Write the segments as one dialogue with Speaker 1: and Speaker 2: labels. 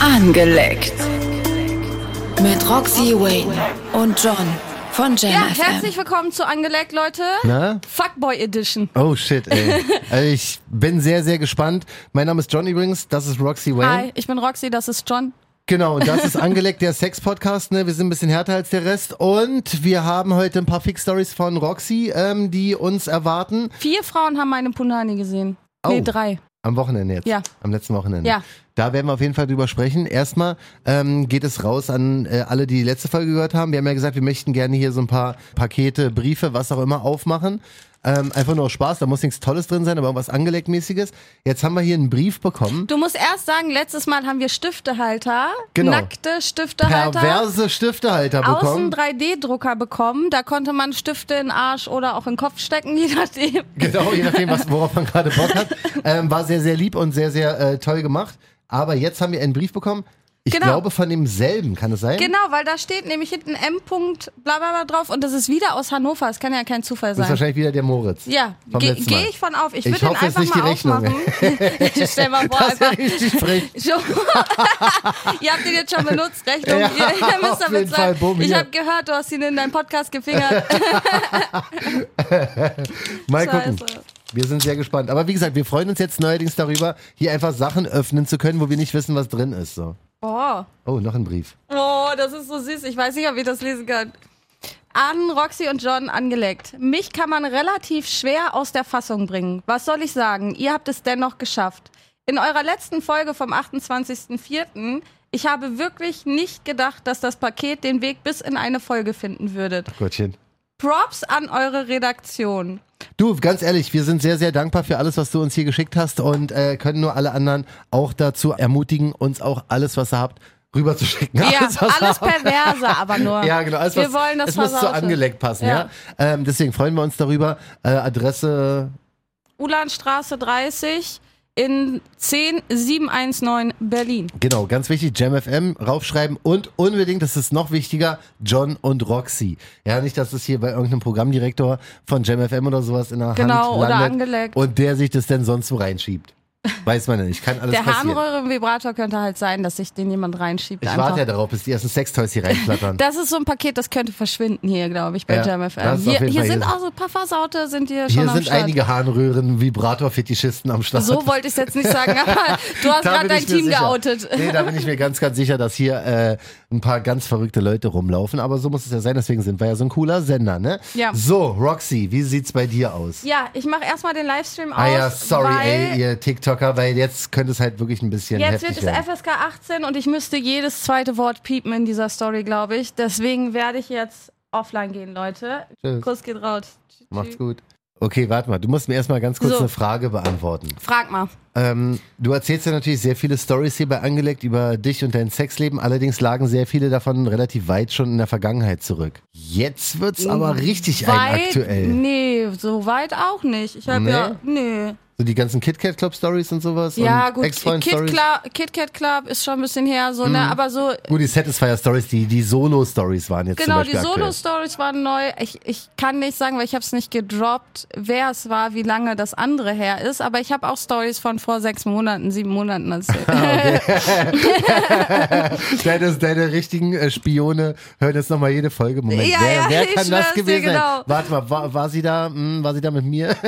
Speaker 1: Angeleckt. Mit Roxy Wayne und John von Jam
Speaker 2: Ja,
Speaker 1: FM.
Speaker 2: herzlich willkommen zu Angeleckt, Leute.
Speaker 3: Na?
Speaker 2: Fuckboy Edition.
Speaker 3: Oh shit, ey. Also ich bin sehr, sehr gespannt. Mein Name ist John übrigens, das ist Roxy Wayne.
Speaker 2: Hi, ich bin Roxy, das ist John.
Speaker 3: Genau, und das ist angelegt der Sex-Podcast, ne? Wir sind ein bisschen härter als der Rest. Und wir haben heute ein paar Fix-Stories von Roxy, ähm, die uns erwarten.
Speaker 2: Vier Frauen haben meine Punani gesehen. Nee,
Speaker 3: Oh.
Speaker 2: drei.
Speaker 3: Am Wochenende jetzt.
Speaker 2: Ja.
Speaker 3: Am letzten Wochenende.
Speaker 2: Ja.
Speaker 3: Da werden wir auf jeden Fall drüber sprechen. Erstmal ähm, geht es raus an äh, alle, die die letzte Folge gehört haben. Wir haben ja gesagt, wir möchten gerne hier so ein paar Pakete, Briefe, was auch immer aufmachen. Ähm, einfach nur aus Spaß, da muss nichts Tolles drin sein, aber irgendwas Angeleckmäßiges. Jetzt haben wir hier einen Brief bekommen.
Speaker 2: Du musst erst sagen, letztes Mal haben wir Stiftehalter,
Speaker 3: Genau.
Speaker 2: nackte Stiftehalter,
Speaker 3: Perverse Stiftehalter
Speaker 2: außen
Speaker 3: bekommen.
Speaker 2: 3D-Drucker bekommen. Da konnte man Stifte in den Arsch oder auch in den Kopf stecken, je nachdem.
Speaker 3: Genau, je nachdem, was, worauf man gerade Bock hat. Ähm, war sehr, sehr lieb und sehr, sehr äh, toll gemacht. Aber jetzt haben wir einen Brief bekommen. Ich
Speaker 2: Genau.
Speaker 3: glaube von demselben, kann es sein?
Speaker 2: Genau, weil da steht nämlich hinten M. Punkt bla bla bla drauf und das ist wieder aus Hannover. Das kann ja kein Zufall
Speaker 3: Das ist
Speaker 2: sein.
Speaker 3: wahrscheinlich wieder der Moritz.
Speaker 2: Ja,
Speaker 3: Vom
Speaker 2: gehe
Speaker 3: letzten Mal.
Speaker 2: geh ich von auf. Ich
Speaker 3: Ich
Speaker 2: würde den
Speaker 3: hoffe, es
Speaker 2: einfach
Speaker 3: ist
Speaker 2: mal
Speaker 3: nicht die Rechnung.
Speaker 2: aufmachen. Stell mal vor,
Speaker 3: Das
Speaker 2: einfach.
Speaker 3: wäre richtig frech.
Speaker 2: Schon. ihr habt den jetzt schon benutzt, Rechnung.
Speaker 3: Ja,
Speaker 2: ihr, ihr
Speaker 3: auf
Speaker 2: müsst damit
Speaker 3: jeden Fall,
Speaker 2: sagen,
Speaker 3: bumm,
Speaker 2: ich
Speaker 3: hier.
Speaker 2: habe gehört, du hast ihn in deinem Podcast gefingert.
Speaker 3: Mal gucken.
Speaker 2: Scheiße.
Speaker 3: Wir sind sehr gespannt. Aber wie gesagt, wir freuen uns jetzt neuerdings darüber, hier einfach Sachen öffnen zu können, wo wir nicht wissen, was drin ist. So.
Speaker 2: Boah.
Speaker 3: Oh, noch ein Brief.
Speaker 2: Oh, das ist so süß. Ich weiß nicht, ob ihr das lesen könnt. An Roxy und John angelegt. Mich kann man relativ schwer aus der Fassung bringen. Was soll ich sagen? Ihr habt es dennoch geschafft. In eurer letzten Folge vom 28.04. Ich habe wirklich nicht gedacht, dass das Paket den Weg bis in eine Folge finden würdet.
Speaker 3: Gottchen.
Speaker 2: Props an eure Redaktion.
Speaker 3: Du, ganz ehrlich, wir sind sehr, sehr dankbar für alles, was du uns hier geschickt hast und äh, können nur alle anderen auch dazu ermutigen, uns auch alles, was ihr habt, rüberzuschicken.
Speaker 2: Ja,
Speaker 3: Alles, was ihr
Speaker 2: alles
Speaker 3: habt.
Speaker 2: perverse, aber nur.
Speaker 3: Ja, genau. Alles,
Speaker 2: Wir
Speaker 3: was,
Speaker 2: wollen das
Speaker 3: es muss so
Speaker 2: Versaute.
Speaker 3: angelegt passen, ja. Ähm, deswegen freuen wir uns darüber. Äh, Adresse
Speaker 2: Ulanstraße 30 in 10719 Berlin.
Speaker 3: Genau, ganz wichtig, JamFM raufschreiben und unbedingt, das ist noch wichtiger, John und Roxy. Ja, nicht, dass es hier bei irgendeinem Programmdirektor von JamFM oder sowas in der
Speaker 2: Genau,
Speaker 3: Hand
Speaker 2: oder
Speaker 3: landet
Speaker 2: angelegt.
Speaker 3: und der sich das denn sonst wo reinschiebt. Weiß man ja nicht, kann alles
Speaker 2: Der
Speaker 3: passieren.
Speaker 2: Harnröhrenvibrator könnte halt sein, dass sich den jemand reinschiebt.
Speaker 3: ich
Speaker 2: einfach.
Speaker 3: warte ja darauf, bis die ersten Sextoys hier reinflattern.
Speaker 2: das ist so ein Paket, das könnte verschwinden hier, glaube ich, bei
Speaker 3: Ja, das
Speaker 2: JamFM.
Speaker 3: ist auf
Speaker 2: Hier,
Speaker 3: jeden
Speaker 2: hier
Speaker 3: Fall
Speaker 2: sind
Speaker 3: hier.
Speaker 2: auch so ein paar Versaute, sind hier schon
Speaker 3: hier
Speaker 2: am
Speaker 3: sind
Speaker 2: Start.
Speaker 3: einige Harnröhren, Vibrator-Fetischisten am Start.
Speaker 2: So wollte ich es jetzt nicht sagen, aber du hast
Speaker 3: Da
Speaker 2: gerade
Speaker 3: bin
Speaker 2: dein
Speaker 3: ich mir
Speaker 2: Team
Speaker 3: sicher.
Speaker 2: geoutet.
Speaker 3: Nee, da bin ich mir ganz, ganz sicher, dass hier äh, ein paar ganz verrückte Leute rumlaufen. Aber so muss es ja sein, deswegen sind wir ja so ein cooler Sender, ne?
Speaker 2: Ja.
Speaker 3: So, Roxy, wie sieht's bei dir aus?
Speaker 2: Ja, ich mache erstmal den Livestream aus.
Speaker 3: Ah ja, sorry,
Speaker 2: weil
Speaker 3: ey, ihr TikToker, weil jetzt könnte es halt wirklich ein bisschen
Speaker 2: Jetzt
Speaker 3: heftig
Speaker 2: wird es
Speaker 3: werden.
Speaker 2: FSK 18 und ich müsste jedes zweite Wort piepen in dieser Story, glaube ich. Deswegen werde ich jetzt offline gehen, Leute.
Speaker 3: Tschüss.
Speaker 2: Kuss geht raus. Tschü-
Speaker 3: Macht's gut. Okay, warte mal, du musst mir erstmal ganz kurz
Speaker 2: So.
Speaker 3: eine Frage beantworten.
Speaker 2: Frag mal.
Speaker 3: Ähm, du erzählst ja natürlich sehr viele Stories hierbei angelegt über dich und dein Sexleben, allerdings lagen sehr viele davon relativ weit schon in der Vergangenheit zurück. Jetzt wird's aber richtig ein aktuell.
Speaker 2: Nee, so weit auch nicht. Ich habe
Speaker 3: Nee?
Speaker 2: ja. Nee.
Speaker 3: So die ganzen KitKat Club Stories und sowas
Speaker 2: Ja,
Speaker 3: und
Speaker 2: gut.
Speaker 3: Ex-Freund
Speaker 2: Kit
Speaker 3: Stories. Hm.
Speaker 2: Club, Kit Kat Club ist schon ein bisschen her, so, ne? Aber so.
Speaker 3: Gut, die Satisfier Stories, die, die Solo Stories waren jetzt
Speaker 2: Genau,
Speaker 3: zum
Speaker 2: die
Speaker 3: Beispiel aktuell.
Speaker 2: Solo-Stories waren neu. Ich, ich kann nicht sagen, weil ich habe es nicht gedroppt, wer es war, wie lange das andere her ist. Aber ich habe auch Stories von vor sechs Monaten, sieben Monaten erzählt.
Speaker 3: Deine, deine richtigen äh, Spione hören jetzt nochmal jede Folge. Moment,
Speaker 2: Ja,
Speaker 3: wer,
Speaker 2: ja,
Speaker 3: wer
Speaker 2: ich
Speaker 3: kann
Speaker 2: schwör's
Speaker 3: das
Speaker 2: dir,
Speaker 3: gewesen
Speaker 2: genau.
Speaker 3: sein? Warte mal, war, war sie da? Hm, war sie da mit mir?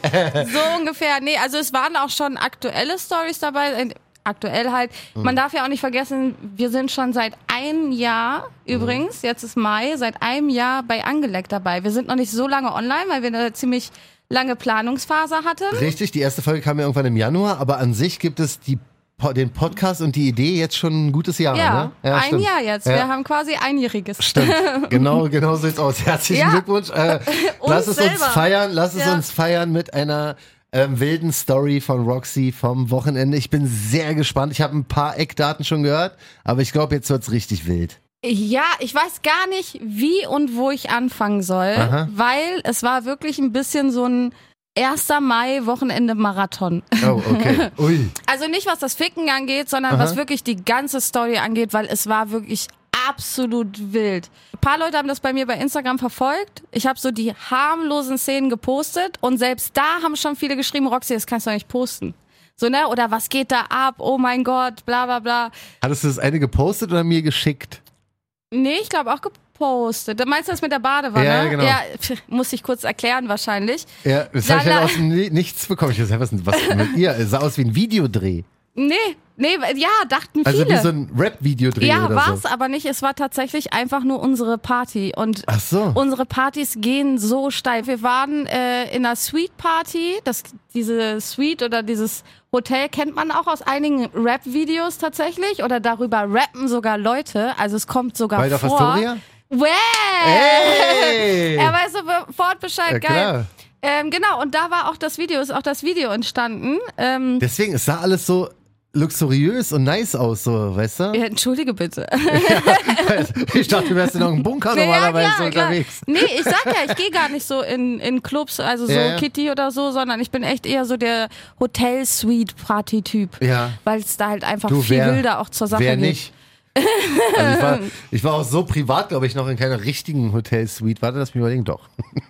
Speaker 2: So ungefähr. Nee, also es waren auch schon aktuelle Stories dabei. äh, Aktuell halt.
Speaker 3: Mhm.
Speaker 2: Man darf ja auch nicht vergessen, wir sind schon seit einem Jahr
Speaker 3: Mhm.
Speaker 2: übrigens, jetzt ist Mai, seit einem Jahr bei Angeleckt dabei. Wir sind noch nicht so lange online, weil wir eine ziemlich lange Planungsphase hatten.
Speaker 3: Richtig, die erste Folge kam ja irgendwann im Januar, aber an sich gibt es die, Po- den Podcast und die Idee jetzt schon ein gutes Jahr.
Speaker 2: Ja,
Speaker 3: ne?
Speaker 2: ein
Speaker 3: stimmt.
Speaker 2: Jahr jetzt.
Speaker 3: Ja.
Speaker 2: Wir haben quasi einjähriges.
Speaker 3: Stimmt. Genau, genau so sieht's aus. Herzlichen
Speaker 2: Ja.
Speaker 3: Glückwunsch. Äh, lass es uns
Speaker 2: selber.
Speaker 3: feiern, lass es
Speaker 2: Ja.
Speaker 3: uns feiern mit einer ähm, wilden Story von Roxy vom Wochenende. Ich bin sehr gespannt. Ich habe ein paar Eckdaten schon gehört, aber ich glaube, jetzt wird's richtig wild.
Speaker 2: Ja, ich weiß gar nicht, wie und wo ich anfangen soll,
Speaker 3: Aha.
Speaker 2: weil es war wirklich ein bisschen so ein 1. Mai-Wochenende-Marathon.
Speaker 3: Oh, okay. Ui.
Speaker 2: Also nicht, was das Ficken angeht, sondern was wirklich die ganze Story angeht, weil es war wirklich absolut wild. Ein paar Leute haben das bei mir bei Instagram verfolgt. Ich habe so die harmlosen Szenen gepostet und selbst da haben schon viele geschrieben, Roxy, das kannst du doch nicht posten. So, ne? Oder was geht da ab? Oh mein Gott, bla bla bla.
Speaker 3: Hattest du das eine gepostet oder mir geschickt?
Speaker 2: Nee, ich glaube auch gepostet. Meinst du das mit der Badewanne?
Speaker 3: Ja, ja, genau.
Speaker 2: ja pf, muss ich kurz erklären wahrscheinlich.
Speaker 3: Ja, das habe
Speaker 2: Ja,
Speaker 3: ich halt
Speaker 2: na-
Speaker 3: aus dem Ni- Nichts bekommen. Ich dachte, was, was mit ihr? Es sah aus wie ein Videodreh.
Speaker 2: Nee, nee, ja, dachten
Speaker 3: Also
Speaker 2: viele.
Speaker 3: wie so ein Rap-Videodreh
Speaker 2: ja,
Speaker 3: oder
Speaker 2: war es
Speaker 3: so.
Speaker 2: aber nicht. Es war tatsächlich einfach nur unsere Party. Und
Speaker 3: Ach so.
Speaker 2: unsere Partys gehen so steif. Wir waren äh, in einer Suite Party. Das, diese Suite oder dieses Hotel kennt man auch aus einigen Rap-Videos tatsächlich. Oder darüber rappen sogar Leute. Also es kommt sogar
Speaker 3: Waldorf
Speaker 2: vor.
Speaker 3: Astoria?
Speaker 2: Wow!
Speaker 3: Hey!
Speaker 2: Er weiß sofort Bescheid,
Speaker 3: Ja, klar.
Speaker 2: geil. Ähm, genau, und da war auch das Video, ist auch das Video entstanden. Ähm,
Speaker 3: Deswegen, es sah alles so luxuriös und nice aus, so, weißt du?
Speaker 2: ja, Äh, entschuldige bitte.
Speaker 3: Ich dachte, du wärst in irgendeinem Bunker normalerweise unterwegs.
Speaker 2: Nee, ich sag ja, ich gehe gar nicht so in, in Clubs, also so
Speaker 3: Ja, ja.
Speaker 2: Kitty oder so, sondern ich bin echt eher so der Hotel-Suite-Party-Typ.
Speaker 3: Ja.
Speaker 2: Weil es da halt einfach
Speaker 3: Du,
Speaker 2: viel
Speaker 3: wer-
Speaker 2: wilder auch zur Sache
Speaker 3: Wer
Speaker 2: geht.
Speaker 3: nicht? Also ich, war, ich war auch so privat, glaube ich, noch in keiner richtigen Hotelsuite. Warte, lass mich überlegen. Doch.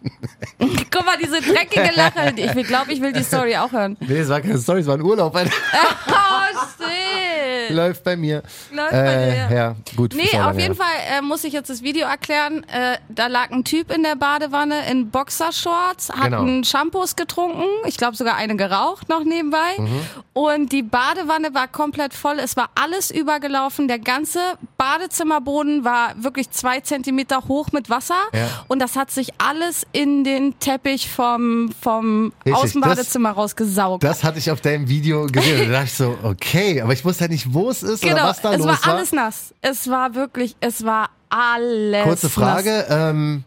Speaker 2: Guck mal, diese dreckige Lache. Ich glaube, ich will die Story auch hören.
Speaker 3: Nee, es war keine Story, es war ein Urlaub. Alter.
Speaker 2: Oh, shit.
Speaker 3: Läuft bei mir.
Speaker 2: Läuft
Speaker 3: äh,
Speaker 2: bei dir,
Speaker 3: Ja, gut. ist
Speaker 2: Nee, auf
Speaker 3: auch lange
Speaker 2: jeden
Speaker 3: her.
Speaker 2: Fall äh, muss ich jetzt das Video erklären. Äh, da lag ein Typ in der Badewanne in Boxershorts, hat
Speaker 3: Genau.
Speaker 2: einen Shampoos getrunken, ich glaube sogar eine geraucht noch nebenbei.
Speaker 3: Mhm.
Speaker 2: Und die Badewanne war komplett voll, es war alles übergelaufen, der ganze Badezimmerboden war wirklich zwei Zentimeter hoch mit Wasser
Speaker 3: Ja.
Speaker 2: und das hat sich alles in den Teppich vom, vom
Speaker 3: Richtig,
Speaker 2: Außenbadezimmer rausgesaugt.
Speaker 3: Das hatte ich auf deinem Video gesehen. Und da dachte ich so, okay, aber ich wusste halt nicht, wo es ist oder was da
Speaker 2: Genau, es
Speaker 3: los
Speaker 2: war
Speaker 3: war.
Speaker 2: alles nass. Es war wirklich, es war alles
Speaker 3: Kurze
Speaker 2: nass.
Speaker 3: Frage. Ähm,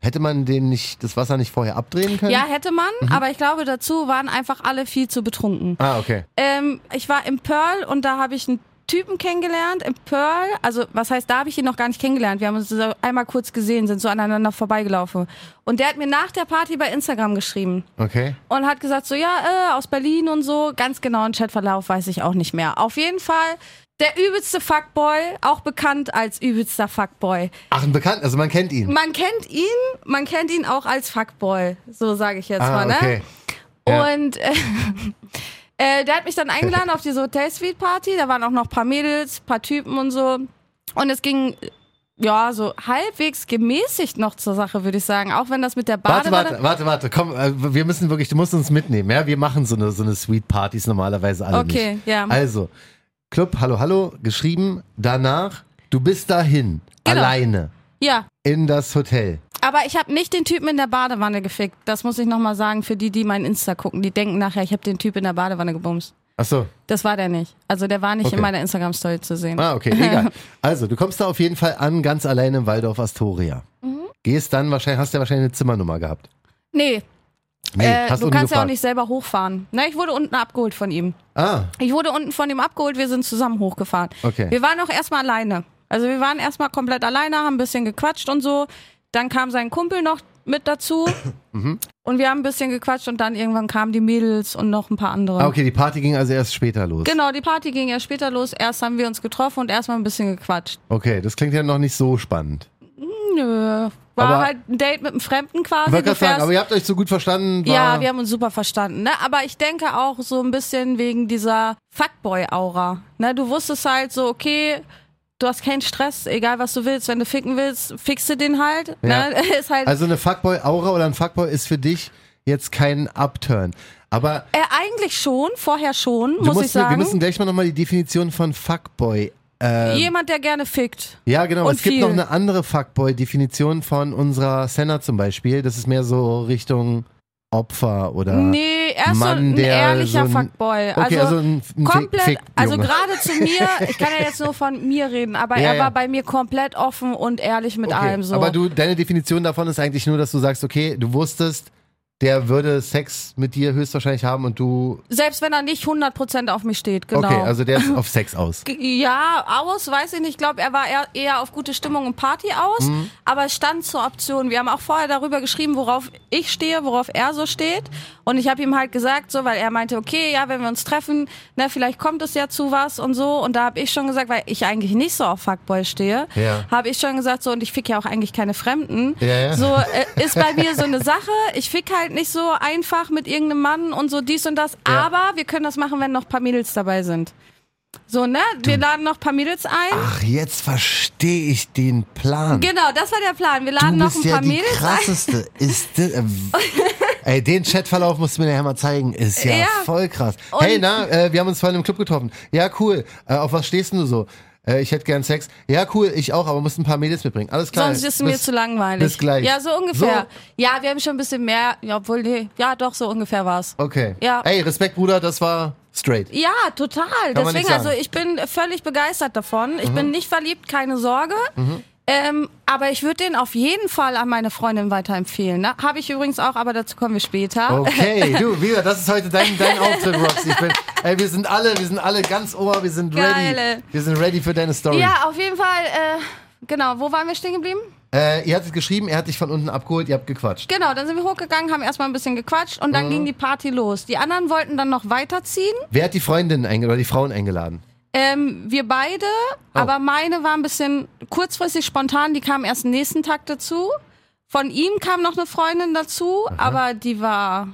Speaker 3: hätte man den nicht, das Wasser nicht vorher abdrehen können?
Speaker 2: Ja, hätte man,
Speaker 3: Mhm.
Speaker 2: aber ich glaube, dazu waren einfach alle viel zu betrunken.
Speaker 3: Ah, okay.
Speaker 2: Ähm, ich war im Pearl und da habe ich einen Typen kennengelernt, im Pearl, also was heißt, da habe ich ihn noch gar nicht kennengelernt. Wir haben uns so einmal kurz gesehen, sind so aneinander vorbeigelaufen. Und der hat mir nach der Party bei Instagram geschrieben
Speaker 3: Okay.
Speaker 2: und hat gesagt so, ja, äh, aus Berlin und so. Ganz genau den Chatverlauf weiß ich auch nicht mehr. Auf jeden Fall der übelste Fuckboy, auch bekannt als übelster Fuckboy.
Speaker 3: Ach, ein Bekannter, also man kennt ihn.
Speaker 2: Man kennt ihn, man kennt ihn auch als Fuckboy, so sage ich jetzt
Speaker 3: ah,
Speaker 2: mal, ne?
Speaker 3: okay. Ja.
Speaker 2: Und äh, äh, der hat mich dann eingeladen auf diese Hotel-Suite-Party. Da waren auch noch ein paar Mädels, ein paar Typen und so. Und es ging, ja, so halbwegs gemäßigt noch zur Sache, würde ich sagen. Auch wenn das mit der
Speaker 3: Warte,
Speaker 2: Badewanne...
Speaker 3: warte, warte, warte, komm, äh, wir müssen wirklich, du musst uns mitnehmen, ja? Wir machen so eine, so eine Sweet-Partys normalerweise alle
Speaker 2: Okay,
Speaker 3: nicht.
Speaker 2: ja.
Speaker 3: Also, Club, hallo, hallo, geschrieben, danach, du bist dahin,
Speaker 2: Genau.
Speaker 3: alleine,
Speaker 2: Ja,
Speaker 3: in das Hotel.
Speaker 2: aber ich habe nicht den Typen in der Badewanne gefickt. Das muss ich nochmal sagen für die, die mein Insta gucken. Die denken nachher, ich habe den Typ in der Badewanne gebumst.
Speaker 3: Ach so,
Speaker 2: Das war der nicht. Also der war nicht
Speaker 3: Okay.
Speaker 2: in meiner Instagram-Story zu sehen.
Speaker 3: ah, okay, egal. Also, du kommst da auf jeden Fall an, ganz alleine im Waldorf Astoria.
Speaker 2: Mhm.
Speaker 3: Gehst dann wahrscheinlich, hast ja wahrscheinlich eine Zimmernummer gehabt.
Speaker 2: Nee,
Speaker 3: Nee,
Speaker 2: äh,
Speaker 3: hast
Speaker 2: du
Speaker 3: nie
Speaker 2: kannst ja auch
Speaker 3: gefragt.
Speaker 2: nicht selber hochfahren. Na, ich wurde unten abgeholt von ihm.
Speaker 3: Ah,
Speaker 2: Ich wurde unten von ihm abgeholt, wir sind zusammen hochgefahren.
Speaker 3: Okay.
Speaker 2: Wir waren auch erstmal alleine. Also wir waren erstmal komplett alleine, haben ein bisschen gequatscht und so. Dann kam sein Kumpel noch mit dazu.
Speaker 3: Mhm.
Speaker 2: Und wir haben ein bisschen gequatscht und dann irgendwann kamen die Mädels und noch ein paar andere.
Speaker 3: ah, okay, die Party ging also erst später los.
Speaker 2: Genau, die Party ging ja später los. Erst haben wir uns getroffen und erstmal ein bisschen gequatscht.
Speaker 3: Okay, das klingt ja noch nicht so spannend.
Speaker 2: Nö. War
Speaker 3: Aber-
Speaker 2: halt ein Date mit einem Fremden
Speaker 3: Ich
Speaker 2: quasi.
Speaker 3: wollte
Speaker 2: Also Du
Speaker 3: gerade sagen,
Speaker 2: fährst-
Speaker 3: aber ihr habt euch so gut verstanden. War,
Speaker 2: ja, wir haben uns super verstanden, ne? Aber ich denke auch so ein bisschen wegen dieser Fuckboy-Aura. Ne? Du wusstest halt so, okay, du hast keinen Stress, egal was du willst, wenn du ficken willst, fixe den halt.
Speaker 3: Ja.
Speaker 2: Ne? Ist halt
Speaker 3: Also eine Fuckboy-Aura oder ein Fuckboy ist für dich jetzt kein Upturn. Aber
Speaker 2: äh, eigentlich schon, vorher schon,
Speaker 3: du
Speaker 2: muss
Speaker 3: musst, äh,
Speaker 2: ich
Speaker 3: wir
Speaker 2: sagen.
Speaker 3: müssen gleich mal nochmal die Definition von Fuckboy.
Speaker 2: Jemand, der gerne fickt.
Speaker 3: Ja, genau.
Speaker 2: Und
Speaker 3: es gibt
Speaker 2: viel.
Speaker 3: noch eine andere Fuckboy-Definition von unserer Senna zum Beispiel. Das ist mehr so Richtung Opfer oder.
Speaker 2: Nee, er ist
Speaker 3: Mann,
Speaker 2: so ein
Speaker 3: der
Speaker 2: ehrlicher
Speaker 3: so ein-
Speaker 2: Fuckboy.
Speaker 3: Okay, also ein- ein
Speaker 2: komplett,
Speaker 3: Fick-
Speaker 2: also
Speaker 3: Fickjunge.
Speaker 2: gerade zu mir, ich kann ja jetzt nur von mir reden, aber
Speaker 3: Ja,
Speaker 2: er war
Speaker 3: ja.
Speaker 2: bei mir komplett offen und ehrlich mit
Speaker 3: Okay,
Speaker 2: allem so.
Speaker 3: Aber du, deine Definition davon ist eigentlich nur, dass du sagst, okay, du wusstest, der würde Sex mit dir höchstwahrscheinlich haben und du.
Speaker 2: Selbst wenn er nicht 100% auf mich steht, genau.
Speaker 3: Okay, also der ist auf Sex aus.
Speaker 2: G- Ja, aus, weiß ich nicht. Ich glaube, er war eher, eher auf gute Stimmung und Party aus, aber es stand zur Option. Wir haben auch vorher darüber geschrieben, worauf ich stehe, worauf er so steht. Und ich habe ihm halt gesagt, so, weil er meinte, okay, ja, wenn wir uns treffen, ne, vielleicht kommt es ja zu was und so. Und da habe ich schon gesagt, weil ich eigentlich nicht so auf Fuckboy stehe,
Speaker 3: Ja.
Speaker 2: habe ich schon gesagt, so, und ich fick ja auch eigentlich keine Fremden.
Speaker 3: Ja, ja.
Speaker 2: So äh, ist bei mir so eine Sache. Ich fick halt halt nicht so einfach mit irgendeinem Mann und so dies und das.
Speaker 3: Ja.
Speaker 2: Aber wir können das machen, wenn noch ein paar Mädels dabei sind. So, ne? Wir laden noch ein paar Mädels ein.
Speaker 3: Ach, jetzt verstehe ich den Plan.
Speaker 2: Genau, das war der Plan. Wir
Speaker 3: Du
Speaker 2: laden noch
Speaker 3: bist
Speaker 2: ein
Speaker 3: ja
Speaker 2: paar
Speaker 3: die
Speaker 2: Mädels ein.
Speaker 3: krasseste. Ist das, äh, ey, den Chatverlauf musst du mir nachher mal zeigen. Ist ja,
Speaker 2: Ja.
Speaker 3: voll krass.
Speaker 2: Und-
Speaker 3: hey, na, äh, wir haben uns vorhin im Club getroffen. Ja, cool. Äh, auf was stehst denn du so? Äh, ich hätte gern Sex. Ja, cool, ich auch, aber muss ein paar Mädels mitbringen. Alles klar.
Speaker 2: Sonst ist es mir
Speaker 3: Bis-
Speaker 2: zu langweilig.
Speaker 3: bis gleich.
Speaker 2: Ja, so ungefähr. Ja, wir haben schon ein bisschen mehr. Ja, obwohl, nee. Ja, doch, so ungefähr war's.
Speaker 3: Okay.
Speaker 2: Ja.
Speaker 3: Ey, Respekt, Bruder, das war straight.
Speaker 2: Ja, total.
Speaker 3: Kann man
Speaker 2: Deswegen,
Speaker 3: nicht sagen. Mhm.
Speaker 2: also ich bin völlig begeistert davon. Ich bin nicht verliebt, keine Sorge. Ähm, aber ich würde den auf jeden Fall an meine Freundin weiterempfehlen. Ne? Habe ich übrigens auch, aber dazu kommen wir später.
Speaker 3: Okay, du, wieder, das ist heute dein, dein Auftritt, Rox. Ich bin, ey, wir sind alle, wir sind alle ganz ohr, wir sind ready.
Speaker 2: Geile.
Speaker 3: Wir sind ready für deine Story.
Speaker 2: Ja, auf jeden Fall. Äh, genau, wo waren wir stehen geblieben?
Speaker 3: Äh, ihr hattet geschrieben, er hat dich von unten abgeholt, ihr habt gequatscht.
Speaker 2: Genau, dann sind wir hochgegangen, haben erstmal ein bisschen gequatscht und dann
Speaker 3: Mhm.
Speaker 2: ging die Party los. Die anderen wollten dann noch weiterziehen.
Speaker 3: Wer hat die Freundinnen eingeladen oder die Frauen eingeladen?
Speaker 2: Ähm, wir beide,
Speaker 3: Oh.
Speaker 2: aber meine war ein bisschen kurzfristig spontan, die kam erst nächsten Tag dazu. Von ihm kam noch eine Freundin dazu, aber die war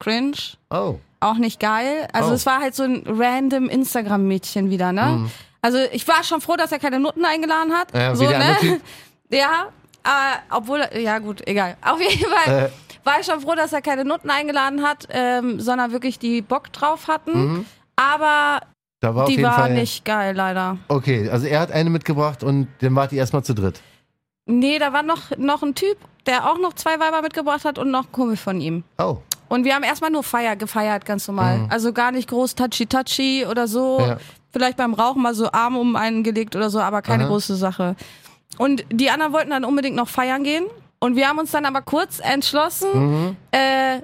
Speaker 2: cringe,
Speaker 3: Oh.
Speaker 2: auch nicht geil. Also
Speaker 3: Oh. Mhm.
Speaker 2: es war halt so ein random Instagram-Mädchen wieder, ne? Also ich war schon froh, dass er keine Nutten eingeladen hat.
Speaker 3: Ja, wie
Speaker 2: so,
Speaker 3: der
Speaker 2: ne?
Speaker 3: andere Typ.
Speaker 2: Ja, äh, obwohl, ja gut, egal. Auf jeden Fall
Speaker 3: Äh.
Speaker 2: war ich schon froh, dass er keine Nutten eingeladen hat, ähm, sondern wirklich die Bock drauf hatten. Aber
Speaker 3: Da war Mhm. auf
Speaker 2: die
Speaker 3: jeden
Speaker 2: war
Speaker 3: Fall.
Speaker 2: nicht geil, leider.
Speaker 3: Okay, also er hat eine mitgebracht und dann wart ihr erstmal zu dritt.
Speaker 2: Nee, da war noch, noch ein Typ, der auch noch zwei Weiber mitgebracht hat und noch ein Kumpel von ihm.
Speaker 3: Oh.
Speaker 2: Und wir haben erstmal nur Feier gefeiert, ganz normal. Also gar nicht groß touchy-touchy oder so.
Speaker 3: Mhm. Ja.
Speaker 2: Vielleicht beim Rauchen mal so Arm um einen gelegt oder so, aber keine
Speaker 3: Aha.
Speaker 2: große Sache. Und die anderen wollten dann unbedingt noch feiern gehen. Und wir haben uns dann aber kurz entschlossen,
Speaker 3: Mhm.
Speaker 2: äh,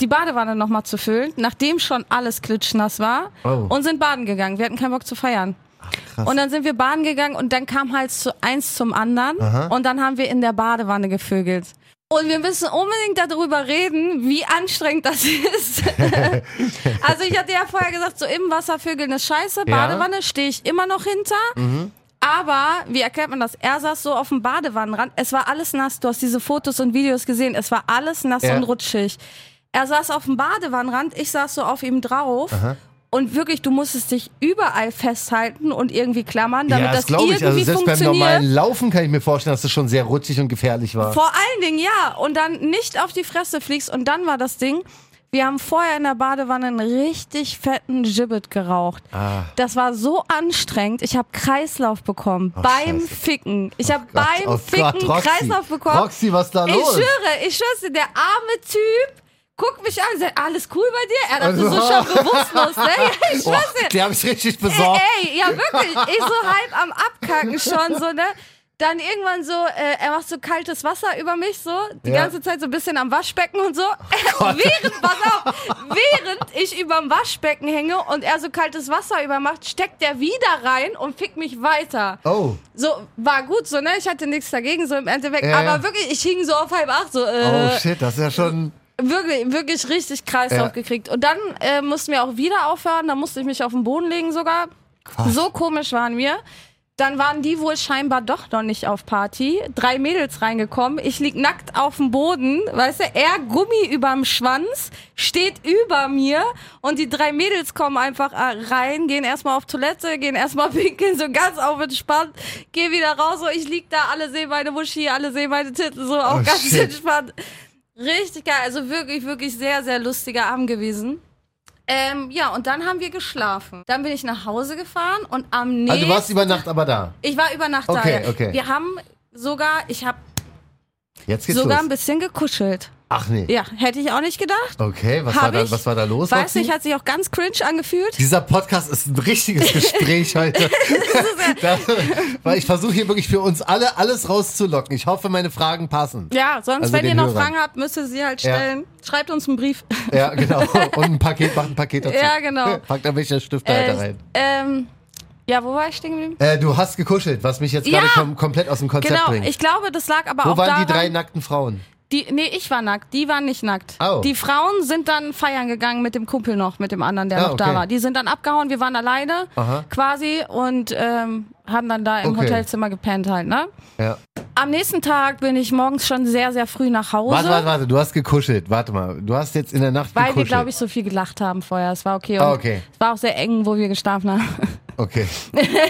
Speaker 2: die Badewanne nochmal zu füllen, nachdem schon alles klitschnass war.
Speaker 3: Oh.
Speaker 2: Und sind baden gegangen. Wir hatten keinen Bock zu feiern.
Speaker 3: Krass.
Speaker 2: Und dann sind wir baden gegangen und dann kam halt zu eins zum anderen und dann haben wir in der Badewanne gevögelt. Und wir müssen unbedingt darüber reden, wie anstrengend das ist. also ich hatte ja vorher gesagt, so im Wasser vögeln ist scheiße,
Speaker 3: Ja. Mhm.
Speaker 2: Badewanne stehe ich immer noch hinter. Aber, wie erklärt man das? Er saß so auf dem Badewannenrand. Es war alles nass. Du hast diese Fotos und Videos gesehen. Es war alles nass
Speaker 3: Ja.
Speaker 2: und rutschig. Er saß auf dem Badewannenrand. Ich saß so auf ihm drauf. Und wirklich, du musstest dich überall festhalten und irgendwie klammern, damit
Speaker 3: ja,
Speaker 2: das,
Speaker 3: das glaube
Speaker 2: irgendwie
Speaker 3: ich. Also selbst beim
Speaker 2: funktioniert.
Speaker 3: normalen Laufen kann ich mir vorstellen, dass es schon sehr rutschig und gefährlich war.
Speaker 2: Vor allen Dingen, ja. Und dann nicht auf die Fresse fliegst. Und dann war das Ding, wir haben vorher in der Badewanne einen richtig fetten Gibbet geraucht.
Speaker 3: Ah.
Speaker 2: Das war so anstrengend. Ich habe Kreislauf bekommen. beim
Speaker 3: Scheiße.
Speaker 2: Ficken. Ich habe
Speaker 3: Gott,
Speaker 2: beim
Speaker 3: oh Gott,
Speaker 2: Ficken
Speaker 3: Roxy.
Speaker 2: Kreislauf bekommen.
Speaker 3: Roxy, was da
Speaker 2: ich
Speaker 3: los?
Speaker 2: schwöre, ich schwöre, der arme Typ guckt mich an und sagt, alles cool bei dir? Er dachte
Speaker 3: Also-
Speaker 2: so schon bewusstlos, ne? Ja, ich
Speaker 3: Boah,
Speaker 2: schwör's dir.
Speaker 3: der hab ich richtig besorgt.
Speaker 2: Ey, ja wirklich. Ich so halb am Abkacken schon, so, ne? Dann irgendwann so, äh, er macht so kaltes Wasser über mich, so, die
Speaker 3: Ja. Oh
Speaker 2: ganze Zeit so ein bisschen am Waschbecken und so. während, pass auf, während ich überm Waschbecken hänge und er so kaltes Wasser übermacht, steckt er wieder rein und fickt mich weiter.
Speaker 3: Oh.
Speaker 2: So, war gut so, ne? Ich hatte nichts dagegen, so im Endeffekt.
Speaker 3: Ja, ja.
Speaker 2: Aber wirklich, ich hing so auf halb acht, so, äh,
Speaker 3: Oh shit, das ist ja schon.
Speaker 2: wirklich, wirklich richtig Kreislauf
Speaker 3: Ja.
Speaker 2: gekriegt. Und dann äh, mussten wir auch wieder aufhören, da musste ich mich auf den Boden legen sogar. So komisch waren wir. Dann waren die wohl scheinbar doch noch nicht auf Party. Drei Mädels reingekommen. Ich lieg nackt auf dem Boden, weißt du, er Gummi überm Schwanz, steht über mir und die drei Mädels kommen einfach äh, rein, gehen erstmal auf Toilette, gehen erstmal pinkeln, so ganz auf entspannt, gehen wieder raus, so ich lieg da, alle sehen meine Muschi, alle sehen meine Titten, so auch
Speaker 3: Oh,
Speaker 2: ganz
Speaker 3: shit.
Speaker 2: entspannt. Richtig geil, also wirklich, wirklich sehr, sehr lustiger Abend gewesen. Ähm, ja, und dann haben wir geschlafen. Dann bin ich nach Hause gefahren und am nächsten...
Speaker 3: Also du warst über Nacht aber da.
Speaker 2: ich war über Nacht
Speaker 3: Okay,
Speaker 2: da. ja.
Speaker 3: okay.
Speaker 2: Wir haben sogar, ich habe
Speaker 3: Jetzt geht's
Speaker 2: sogar ein
Speaker 3: los.
Speaker 2: bisschen gekuschelt.
Speaker 3: Ach nee.
Speaker 2: Ja, hätte ich auch nicht gedacht.
Speaker 3: Okay, was
Speaker 2: Hab
Speaker 3: war, da,
Speaker 2: ich.
Speaker 3: was war da los?
Speaker 2: Weiß
Speaker 3: Roxy?
Speaker 2: nicht, hat sich auch ganz cringe angefühlt.
Speaker 3: Dieser Podcast ist ein richtiges Gespräch heute. Da- Weil ich versuche hier wirklich für uns alle alles rauszulocken. Ich hoffe, meine Fragen passen.
Speaker 2: Ja, sonst,
Speaker 3: Also
Speaker 2: wenn
Speaker 3: den
Speaker 2: ihr noch
Speaker 3: Hörern.
Speaker 2: Fragen habt, müsst ihr sie halt
Speaker 3: Ja.
Speaker 2: stellen. Schreibt uns einen Brief.
Speaker 3: Ja, genau. Und ein Paket, macht ein Paket dazu.
Speaker 2: Ja, genau.
Speaker 3: Packt ein bisschen Stiftehalter
Speaker 2: Äh,
Speaker 3: rein.
Speaker 2: ähm, ja, wo war ich stehen geblieben?
Speaker 3: Äh, du hast gekuschelt, was mich jetzt gerade
Speaker 2: Ja.
Speaker 3: kom komplett aus dem Konzept
Speaker 2: Genau,
Speaker 3: bringt.
Speaker 2: ich glaube, das lag aber
Speaker 3: Wo
Speaker 2: auch
Speaker 3: waren die drei
Speaker 2: daran,
Speaker 3: nackten Frauen?
Speaker 2: die Nee, ich war nackt, die waren nicht nackt.
Speaker 3: Oh.
Speaker 2: Die Frauen sind dann feiern gegangen mit dem Kumpel noch, mit dem anderen, der
Speaker 3: Ah,
Speaker 2: noch da
Speaker 3: okay.
Speaker 2: war. Die sind dann abgehauen, wir waren alleine
Speaker 3: Aha.
Speaker 2: quasi und ähm, haben dann da im
Speaker 3: Okay.
Speaker 2: Hotelzimmer gepennt halt, ne?
Speaker 3: Ja.
Speaker 2: Am nächsten Tag bin ich morgens schon sehr, sehr früh nach Hause.
Speaker 3: Warte, warte, warte, du hast gekuschelt. Warte mal, du hast jetzt in der Nacht
Speaker 2: Weil wir,
Speaker 3: gekuschelt.
Speaker 2: glaube ich, so viel gelacht haben vorher. Es war okay.
Speaker 3: Ah,
Speaker 2: und
Speaker 3: okay.
Speaker 2: Es war auch sehr eng, wo wir geschlafen haben.
Speaker 3: okay.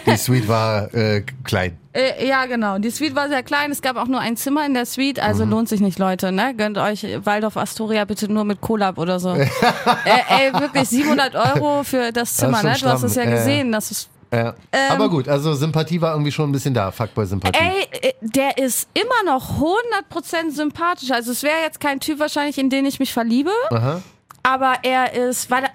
Speaker 3: Die Suite war äh, klein.
Speaker 2: Äh, ja, genau. Die Suite war sehr klein. Es gab auch nur ein Zimmer in der Suite.
Speaker 3: Mhm.
Speaker 2: Also lohnt sich nicht, Leute. Ne? Gönnt euch Waldorf Astoria bitte nur mit Collab oder so. äh, ey, wirklich 700 Euro für das Zimmer.
Speaker 3: schon
Speaker 2: ne? Du hast es ja
Speaker 3: stramm. Ja, ja.
Speaker 2: gesehen. Das ist
Speaker 3: Ja.
Speaker 2: Ähm.
Speaker 3: Aber gut, also Sympathie war irgendwie schon ein bisschen da. Fuckboy-Sympathie.
Speaker 2: Ey, äh, der ist immer noch 100% sympathisch. Also es wäre jetzt kein Typ wahrscheinlich, in den ich mich verliebe.
Speaker 3: Aha.
Speaker 2: Aber er ist, weil er,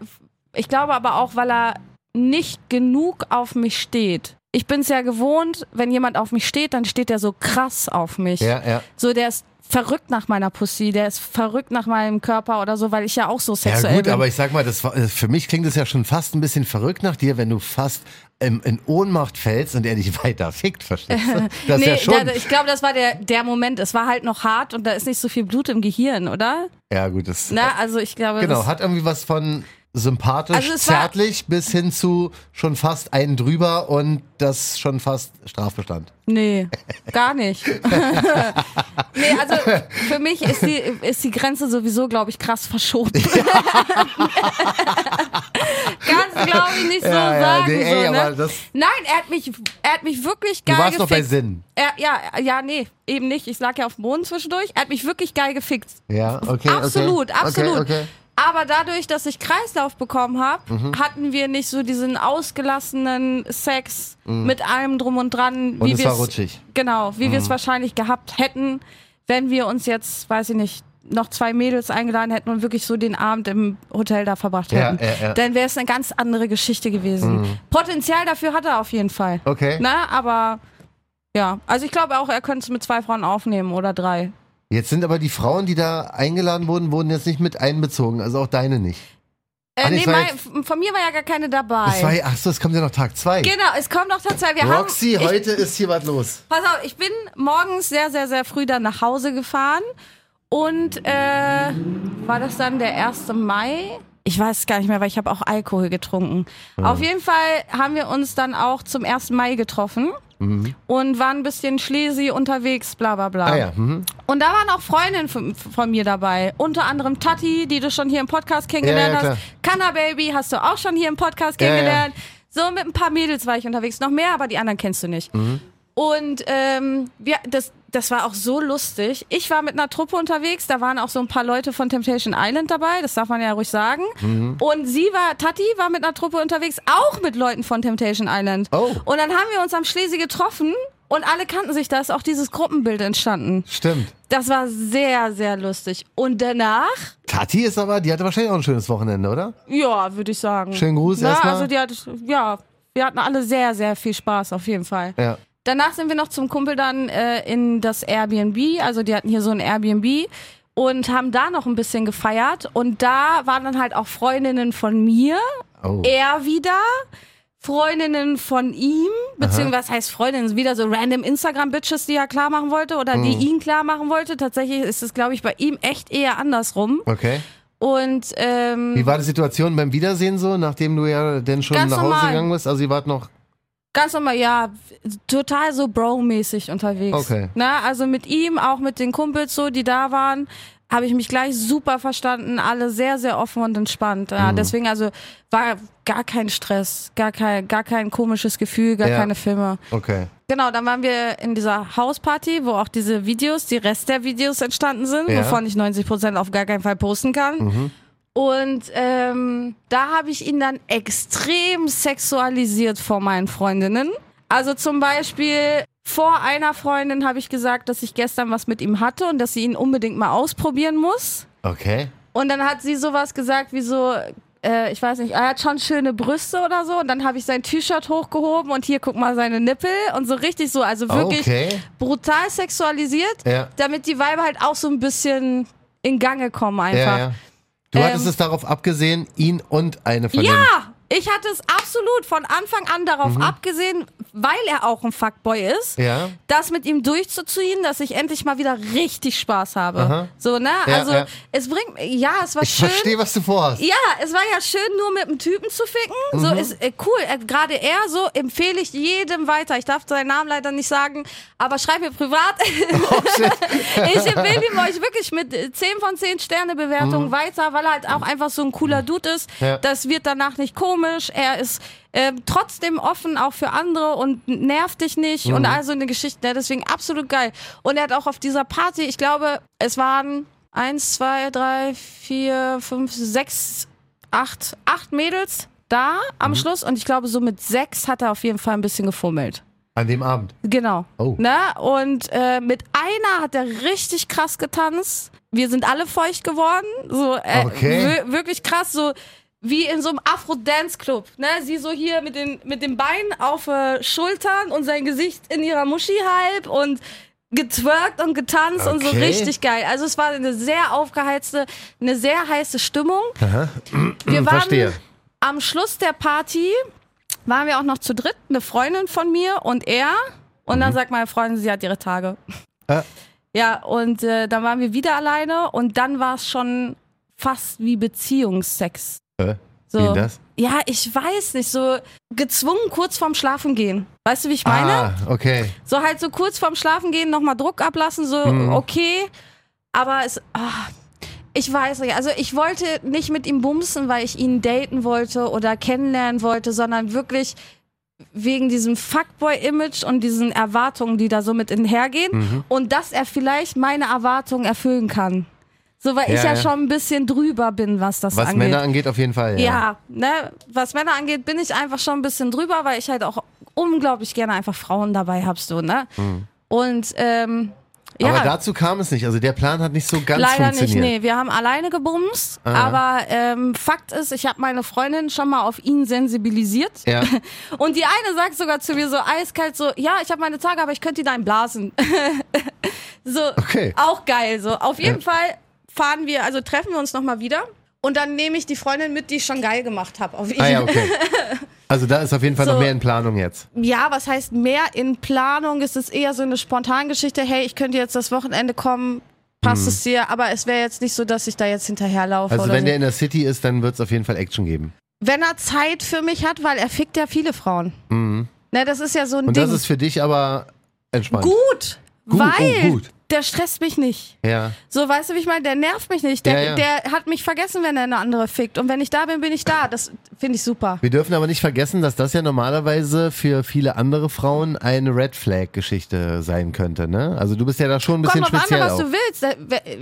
Speaker 2: ich glaube aber auch, weil er nicht genug auf mich steht. Ich bin es ja gewohnt, wenn jemand auf mich steht, dann steht er so krass auf mich.
Speaker 3: Ja, ja.
Speaker 2: So, der ist verrückt nach meiner Pussy, der ist verrückt nach meinem Körper oder so, weil ich ja auch so
Speaker 3: Ja
Speaker 2: sexuell
Speaker 3: gut,
Speaker 2: bin.
Speaker 3: aber ich sag mal, das war, äh, für mich klingt es ja schon fast ein bisschen verrückt nach dir, wenn du fast ähm, in Ohnmacht fällst und er dich weiter fickt, verstehst du? Das ist
Speaker 2: nee,
Speaker 3: ja schon.
Speaker 2: da, ich glaube, das war der, der Moment. Es war halt noch hart und da ist nicht so viel Blut im Gehirn, oder?
Speaker 3: ja gut, das
Speaker 2: Na, also ich glaube,
Speaker 3: genau
Speaker 2: das,
Speaker 3: hat irgendwie was von sympathisch,
Speaker 2: Also es war-
Speaker 3: zärtlich bis hin zu schon fast einen drüber und das schon fast Strafbestand.
Speaker 2: Nee, gar nicht. nee, also für mich ist die, ist die Grenze sowieso, glaube ich, krass verschoben. Kannst, glaube ich, nicht so
Speaker 3: Ja, ja,
Speaker 2: sagen.
Speaker 3: nee, ey,
Speaker 2: so, ne?
Speaker 3: aber das-
Speaker 2: Nein, er hat mich, er hat mich wirklich geil
Speaker 3: Du warst noch bei
Speaker 2: gefickt.
Speaker 3: Sinn.
Speaker 2: er, Äh, ja, ja, nee, eben nicht. Ich lag ja auf dem Boden zwischendurch. Er hat mich wirklich geil gefickt.
Speaker 3: Ja, okay.
Speaker 2: absolut,
Speaker 3: okay.
Speaker 2: absolut.
Speaker 3: Okay, Mhm. okay.
Speaker 2: Aber dadurch, dass ich Kreislauf bekommen habe, hatten wir nicht so diesen ausgelassenen Sex mit allem drum und dran,
Speaker 3: Mhm. Und
Speaker 2: wie
Speaker 3: es
Speaker 2: wir
Speaker 3: war
Speaker 2: es
Speaker 3: rutschig. Mhm.
Speaker 2: genau, wie wir es wahrscheinlich gehabt hätten, wenn wir uns jetzt, weiß ich nicht, noch zwei Mädels eingeladen hätten und wirklich so den Abend im Hotel da verbracht
Speaker 3: Ja,
Speaker 2: hätten.
Speaker 3: ja, Mhm. ja.
Speaker 2: Dann wäre es eine ganz andere Geschichte gewesen. Potenzial dafür hat er auf jeden Fall.
Speaker 3: Okay.
Speaker 2: Na, Ne, aber ja, also ich glaube auch, er könnte es mit zwei Frauen aufnehmen oder drei.
Speaker 3: Jetzt sind aber die Frauen, die da eingeladen wurden, wurden jetzt nicht mit einbezogen, also auch deine nicht.
Speaker 2: Äh,
Speaker 3: Ah, nee,
Speaker 2: nee,
Speaker 3: es war
Speaker 2: mein,
Speaker 3: jetzt-
Speaker 2: f- von mir war ja gar keine dabei.
Speaker 3: Das war, ach so, es kommt ja noch Tag zwei.
Speaker 2: Genau, es kommt noch tatsächlich. Wir
Speaker 3: Roxy,
Speaker 2: haben,
Speaker 3: heute ist hier was los.
Speaker 2: Pass auf, ich bin morgens sehr, sehr, sehr früh dann nach Hause gefahren. Und äh, war das dann der 1. Mai? Ich weiß es gar nicht mehr, weil ich habe auch Alkohol getrunken. Auf jeden Fall haben wir uns dann auch zum 1. Mai getroffen und waren ein bisschen schlesi unterwegs, bla bla bla.
Speaker 3: Mhm. Ah ja, mhm.
Speaker 2: Und da waren auch Freundinnen von, von mir dabei. Unter anderem Tati, die du schon hier im Podcast kennengelernt
Speaker 3: Ja, ja,
Speaker 2: hast. Kanna Baby hast du auch schon hier im Podcast
Speaker 3: Ja, ja.
Speaker 2: kennengelernt. So mit ein paar Mädels war ich unterwegs. Noch mehr, aber die anderen kennst du nicht.
Speaker 3: Mhm.
Speaker 2: Und ähm, wir, das, das war auch so lustig. Ich war mit einer Truppe unterwegs, da waren auch so ein paar Leute von Temptation Island dabei, das darf man ja ruhig sagen.
Speaker 3: Mhm.
Speaker 2: Und sie war, Tati war mit einer Truppe unterwegs, auch mit Leuten von Temptation Island.
Speaker 3: Oh.
Speaker 2: Und dann haben wir uns am Schlesi getroffen und alle kannten sich, da ist auch dieses Gruppenbild entstanden.
Speaker 3: stimmt.
Speaker 2: Das war sehr, sehr lustig. Und danach,
Speaker 3: Tati ist aber, die hatte wahrscheinlich auch ein schönes Wochenende, oder?
Speaker 2: ja, würde ich sagen.
Speaker 3: Schönen Gruß
Speaker 2: Na,
Speaker 3: erstmal.
Speaker 2: Also die hat, ja, wir hatten alle sehr, sehr viel Spaß auf jeden Fall.
Speaker 3: Ja.
Speaker 2: Danach sind wir noch zum Kumpel dann äh, in das Airbnb. Also die hatten hier so ein Airbnb und haben da noch ein bisschen gefeiert. Und da waren dann halt auch Freundinnen von mir,
Speaker 3: Oh.
Speaker 2: er wieder. Freundinnen von ihm, beziehungsweise was heißt Freundinnen, wieder so random Instagram-Bitches, die er klar machen wollte oder die
Speaker 3: Mhm.
Speaker 2: ihn klar machen wollte. Tatsächlich ist es, glaube ich, bei ihm echt eher andersrum.
Speaker 3: Okay.
Speaker 2: Und ähm,
Speaker 3: Wie war die Situation beim Wiedersehen so, nachdem du ja denn schon
Speaker 2: Ganz
Speaker 3: nach Hause
Speaker 2: normal.
Speaker 3: gegangen bist? Also ihr wart noch.
Speaker 2: Ganz normal, ja, total so Bro-mäßig unterwegs.
Speaker 3: Okay.
Speaker 2: Na, also mit ihm, auch mit den Kumpels so, die da waren, habe ich mich gleich super verstanden, alle sehr, sehr offen und entspannt.
Speaker 3: Mhm.
Speaker 2: Ja, Deswegen also war gar kein Stress, gar kein, gar kein komisches Gefühl, gar
Speaker 3: Ja.
Speaker 2: keine Filme.
Speaker 3: Okay.
Speaker 2: Genau, dann waren wir in dieser Hausparty, wo auch diese Videos, die Rest der Videos entstanden sind,
Speaker 3: Ja.
Speaker 2: wovon ich 90% auf gar keinen Fall posten kann. Und ähm, da habe ich ihn dann extrem sexualisiert vor meinen Freundinnen. Also zum Beispiel vor einer Freundin habe ich gesagt, dass ich gestern was mit ihm hatte und dass sie ihn unbedingt mal ausprobieren muss.
Speaker 3: Okay.
Speaker 2: Und dann hat sie sowas gesagt wie so, äh, ich weiß nicht, er hat schon schöne Brüste oder so. Und dann habe ich sein T-Shirt hochgehoben und hier guck mal seine Nippel und so richtig so, also wirklich
Speaker 3: Oh, Okay.
Speaker 2: brutal sexualisiert,
Speaker 3: Ja.
Speaker 2: damit die Weiber halt auch so ein bisschen in Gange kommen einfach.
Speaker 3: Ja, ja. Du hattest
Speaker 2: Ähm,
Speaker 3: es darauf abgesehen, ihn und eine von
Speaker 2: Ja, Ah, Ich hatte es absolut von Anfang an darauf abgesehen, weil er auch ein Fuckboy ist,
Speaker 3: Mhm. Ja.
Speaker 2: das mit ihm durchzuziehen, dass ich endlich mal wieder richtig Spaß habe.
Speaker 3: Aha.
Speaker 2: So, ne?
Speaker 3: Ja,
Speaker 2: also,
Speaker 3: ja.
Speaker 2: es bringt, ja, es war
Speaker 3: Ich
Speaker 2: schön.
Speaker 3: verstehe, was du vorhast.
Speaker 2: Ja, es war ja schön, nur mit einem Typen zu ficken. So ist äh, cool. Äh, Gerade er, so empfehle ich jedem weiter. Ich darf seinen Namen leider nicht sagen, aber schreib mir privat. ich empfehle ihm euch wirklich mit äh, 10 von 10 Sterne Bewertung weiter, weil er halt auch einfach so ein cooler Dude ist.
Speaker 3: Ja.
Speaker 2: Das wird danach nicht komisch. Er ist ähm, trotzdem offen auch für andere und nervt dich nicht und all so eine Geschichte. Ne? Deswegen absolut geil. Und er hat auch auf dieser Party, ich glaube, es waren eins, zwei, drei, vier, fünf, sechs, acht, acht Mädels da am Schluss und ich glaube, so mit sechs hat er auf jeden Fall ein bisschen gefummelt.
Speaker 3: An dem Abend.
Speaker 2: Genau.
Speaker 3: Oh.
Speaker 2: Ne? Und äh, mit einer hat er richtig krass getanzt. Wir sind alle feucht geworden. So, äh,
Speaker 3: Okay.
Speaker 2: wir- wirklich krass, so wie in so einem Afro-Dance-Club. Ne? Sie so hier mit den, mit den Beinen auf äh, Schultern und sein Gesicht in ihrer Muschi halb und getwerkt und getanzt und so
Speaker 3: Okay.
Speaker 2: richtig geil. Also es war eine sehr aufgeheizte, eine sehr heiße Stimmung. Wir waren
Speaker 3: Hm, verstehe.
Speaker 2: am Schluss der Party waren wir auch noch zu dritt, eine Freundin von mir und er. Und dann sagt meine Freundin, sie hat ihre Tage.
Speaker 3: Mhm. Äh.
Speaker 2: Ja, und äh, dann waren wir wieder alleine und dann war es schon fast wie Beziehungssex.
Speaker 3: Äh,
Speaker 2: So.
Speaker 3: Wie denn das?
Speaker 2: Ja, ich weiß nicht, so gezwungen kurz vorm Schlafen gehen. Weißt du, wie ich meine?
Speaker 3: Ah, okay.
Speaker 2: So halt so kurz vorm Schlafen gehen, nochmal Druck ablassen, so
Speaker 3: Mhm.
Speaker 2: okay. Aber es. Ah, ich weiß nicht. Also ich wollte nicht mit ihm bumsen, weil ich ihn daten wollte oder kennenlernen wollte, sondern wirklich wegen diesem Fuckboy-Image und diesen Erwartungen, die da so mit einhergehen.
Speaker 3: Mhm.
Speaker 2: Und dass er vielleicht meine Erwartungen erfüllen kann. So, weil ich
Speaker 3: Ja,
Speaker 2: ja,
Speaker 3: ja.
Speaker 2: schon ein bisschen drüber bin, was das
Speaker 3: Was
Speaker 2: angeht.
Speaker 3: Männer angeht, auf jeden Fall.
Speaker 2: Ja, ne, was Männer angeht, bin ich einfach schon ein bisschen drüber, weil ich halt auch unglaublich gerne einfach Frauen dabei hab, so, ne? Und ähm, ja,
Speaker 3: Mhm. Aber dazu kam es nicht. Also der Plan hat nicht so ganz
Speaker 2: leider nicht,
Speaker 3: funktioniert.
Speaker 2: nee. Wir haben alleine gebumst, aber ähm, Fakt ist, ich habe meine Freundin schon mal auf ihn sensibilisiert.
Speaker 3: Ja.
Speaker 2: Und die eine sagt sogar zu mir so eiskalt so, ja, ich habe meine Tage, aber ich könnte die deinen blasen. so,
Speaker 3: Okay.
Speaker 2: auch geil. So, auf jeden Fall fahren wir, also treffen wir uns nochmal wieder. Und dann nehme ich die Freundin mit, die ich schon geil gemacht habe. Auf ihn.
Speaker 3: Ah ja, okay. Also da ist auf jeden Fall
Speaker 2: So.
Speaker 3: noch mehr in Planung jetzt.
Speaker 2: Ja, was heißt mehr in Planung? Es ist eher so eine Spontangeschichte. Hey, ich könnte jetzt das Wochenende kommen, passt es dir? Aber es wäre jetzt nicht so, dass ich da jetzt hinterherlaufe.
Speaker 3: Mhm. Also
Speaker 2: oder
Speaker 3: wenn
Speaker 2: so.
Speaker 3: der in der City ist, dann wird es auf jeden Fall Action geben.
Speaker 2: wenn er Zeit für mich hat, weil er fickt ja viele Frauen. Mhm. Na, das ist ja so ein
Speaker 3: Und
Speaker 2: Ding.
Speaker 3: das ist für dich aber entspannt.
Speaker 2: gut,
Speaker 3: Gut,
Speaker 2: weil
Speaker 3: oh, gut.
Speaker 2: der stresst mich nicht.
Speaker 3: Ja.
Speaker 2: So, weißt du, wie ich meine? Der nervt mich nicht. Der,
Speaker 3: Ja, ja.
Speaker 2: der hat mich vergessen, wenn er eine andere fickt. Und wenn ich da bin, bin ich da. Das finde ich super.
Speaker 3: Wir dürfen aber nicht vergessen, dass das ja normalerweise für viele andere Frauen eine Red Flag Geschichte sein könnte, ne? Also du bist ja da schon ein bisschen
Speaker 2: Kommt drauf an,
Speaker 3: speziell
Speaker 2: was
Speaker 3: auch.
Speaker 2: du willst.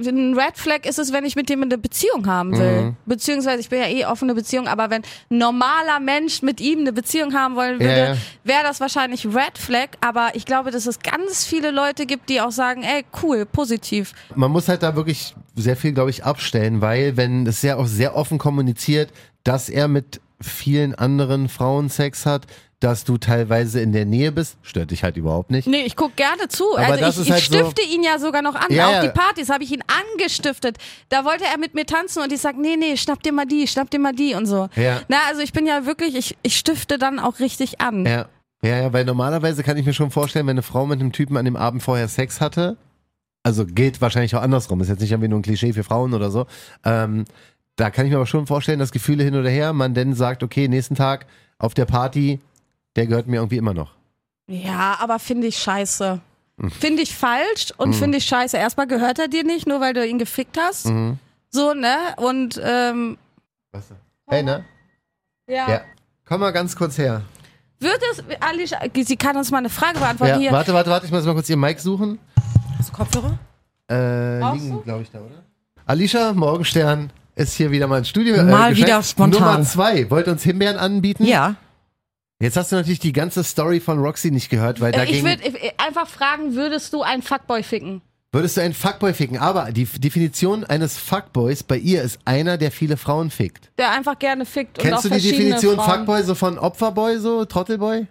Speaker 2: Da- Ein Red Flag ist es, wenn ich mit jemandem eine Beziehung haben will.
Speaker 3: Mhm.
Speaker 2: Beziehungsweise, ich bin ja eh offene Beziehung, aber wenn ein normaler Mensch mit ihm eine Beziehung haben wollen würde,
Speaker 3: Ja, ja.
Speaker 2: wäre das wahrscheinlich Red Flag. Aber ich glaube, dass es ganz viele Leute gibt, die auch sagen, ey, cool, positiv.
Speaker 3: Man muss halt da wirklich sehr viel, glaube ich, abstellen, weil wenn es ja auch sehr offen kommuniziert, dass er mit vielen anderen Frauen Sex hat, dass du teilweise in der Nähe bist, stört dich halt überhaupt nicht.
Speaker 2: Nee, ich guck gerne zu.
Speaker 3: Aber
Speaker 2: also
Speaker 3: das
Speaker 2: ich,
Speaker 3: ist
Speaker 2: ich
Speaker 3: halt so-
Speaker 2: stifte ihn ja sogar noch an.
Speaker 3: Ja,
Speaker 2: Auch
Speaker 3: ja.
Speaker 2: die Partys habe ich ihn angestiftet. Da wollte er mit mir tanzen und ich sag, nee, nee, schnapp dir mal die, schnapp dir mal die und so.
Speaker 3: Ja.
Speaker 2: Na, also ich bin ja wirklich, ich, ich stifte dann auch richtig an.
Speaker 3: Ja. Ja, ja, weil normalerweise kann ich mir schon vorstellen, wenn eine Frau mit einem Typen an dem Abend vorher Sex hatte, also gilt wahrscheinlich auch andersrum, ist jetzt nicht irgendwie nur ein Klischee für Frauen oder so, ähm, da kann ich mir aber schon vorstellen, dass Gefühle hin oder her, man dann sagt, okay, nächsten Tag auf der Party, der gehört mir irgendwie immer noch.
Speaker 2: Ja, aber finde ich scheiße. Finde ich falsch
Speaker 3: Mhm.
Speaker 2: und finde ich scheiße. Erstmal gehört er dir nicht, nur weil du ihn gefickt hast.
Speaker 3: Mhm.
Speaker 2: So, ne? Und ähm,
Speaker 3: Weißt du? Hey, ne?
Speaker 2: ja.
Speaker 3: Ja. Komm mal ganz kurz her.
Speaker 2: Wird es, Alicia, sie kann uns mal eine Frage beantworten
Speaker 3: Ja,
Speaker 2: hier.
Speaker 3: warte, warte, warte, ich muss mal kurz ihr Mic suchen.
Speaker 1: Hast du Kopfhörer?
Speaker 3: Äh,
Speaker 2: Brauchst du?
Speaker 3: liegen, glaube ich, da, oder? Alicia Morgenstern ist hier wieder mal ins Studio. Äh,
Speaker 1: Mal
Speaker 3: geschaltet.
Speaker 1: wieder spontan.
Speaker 3: Nummer zwei, wollte uns Himbeeren anbieten.
Speaker 1: Ja.
Speaker 3: Jetzt hast du natürlich die ganze Story von Roxy nicht gehört, weil da
Speaker 2: ich
Speaker 3: ging.
Speaker 2: würde äh, einfach fragen, würdest du einen Fuckboy ficken?
Speaker 3: würdest du einen Fuckboy ficken? Aber die F- Definition eines Fuckboys bei ihr ist einer, der viele Frauen fickt.
Speaker 2: Der einfach gerne fickt und auch
Speaker 3: Kennst du die
Speaker 2: verschiedene
Speaker 3: Definition
Speaker 2: Frauen.
Speaker 3: Fuckboy so von Opferboy, so Trottelboy?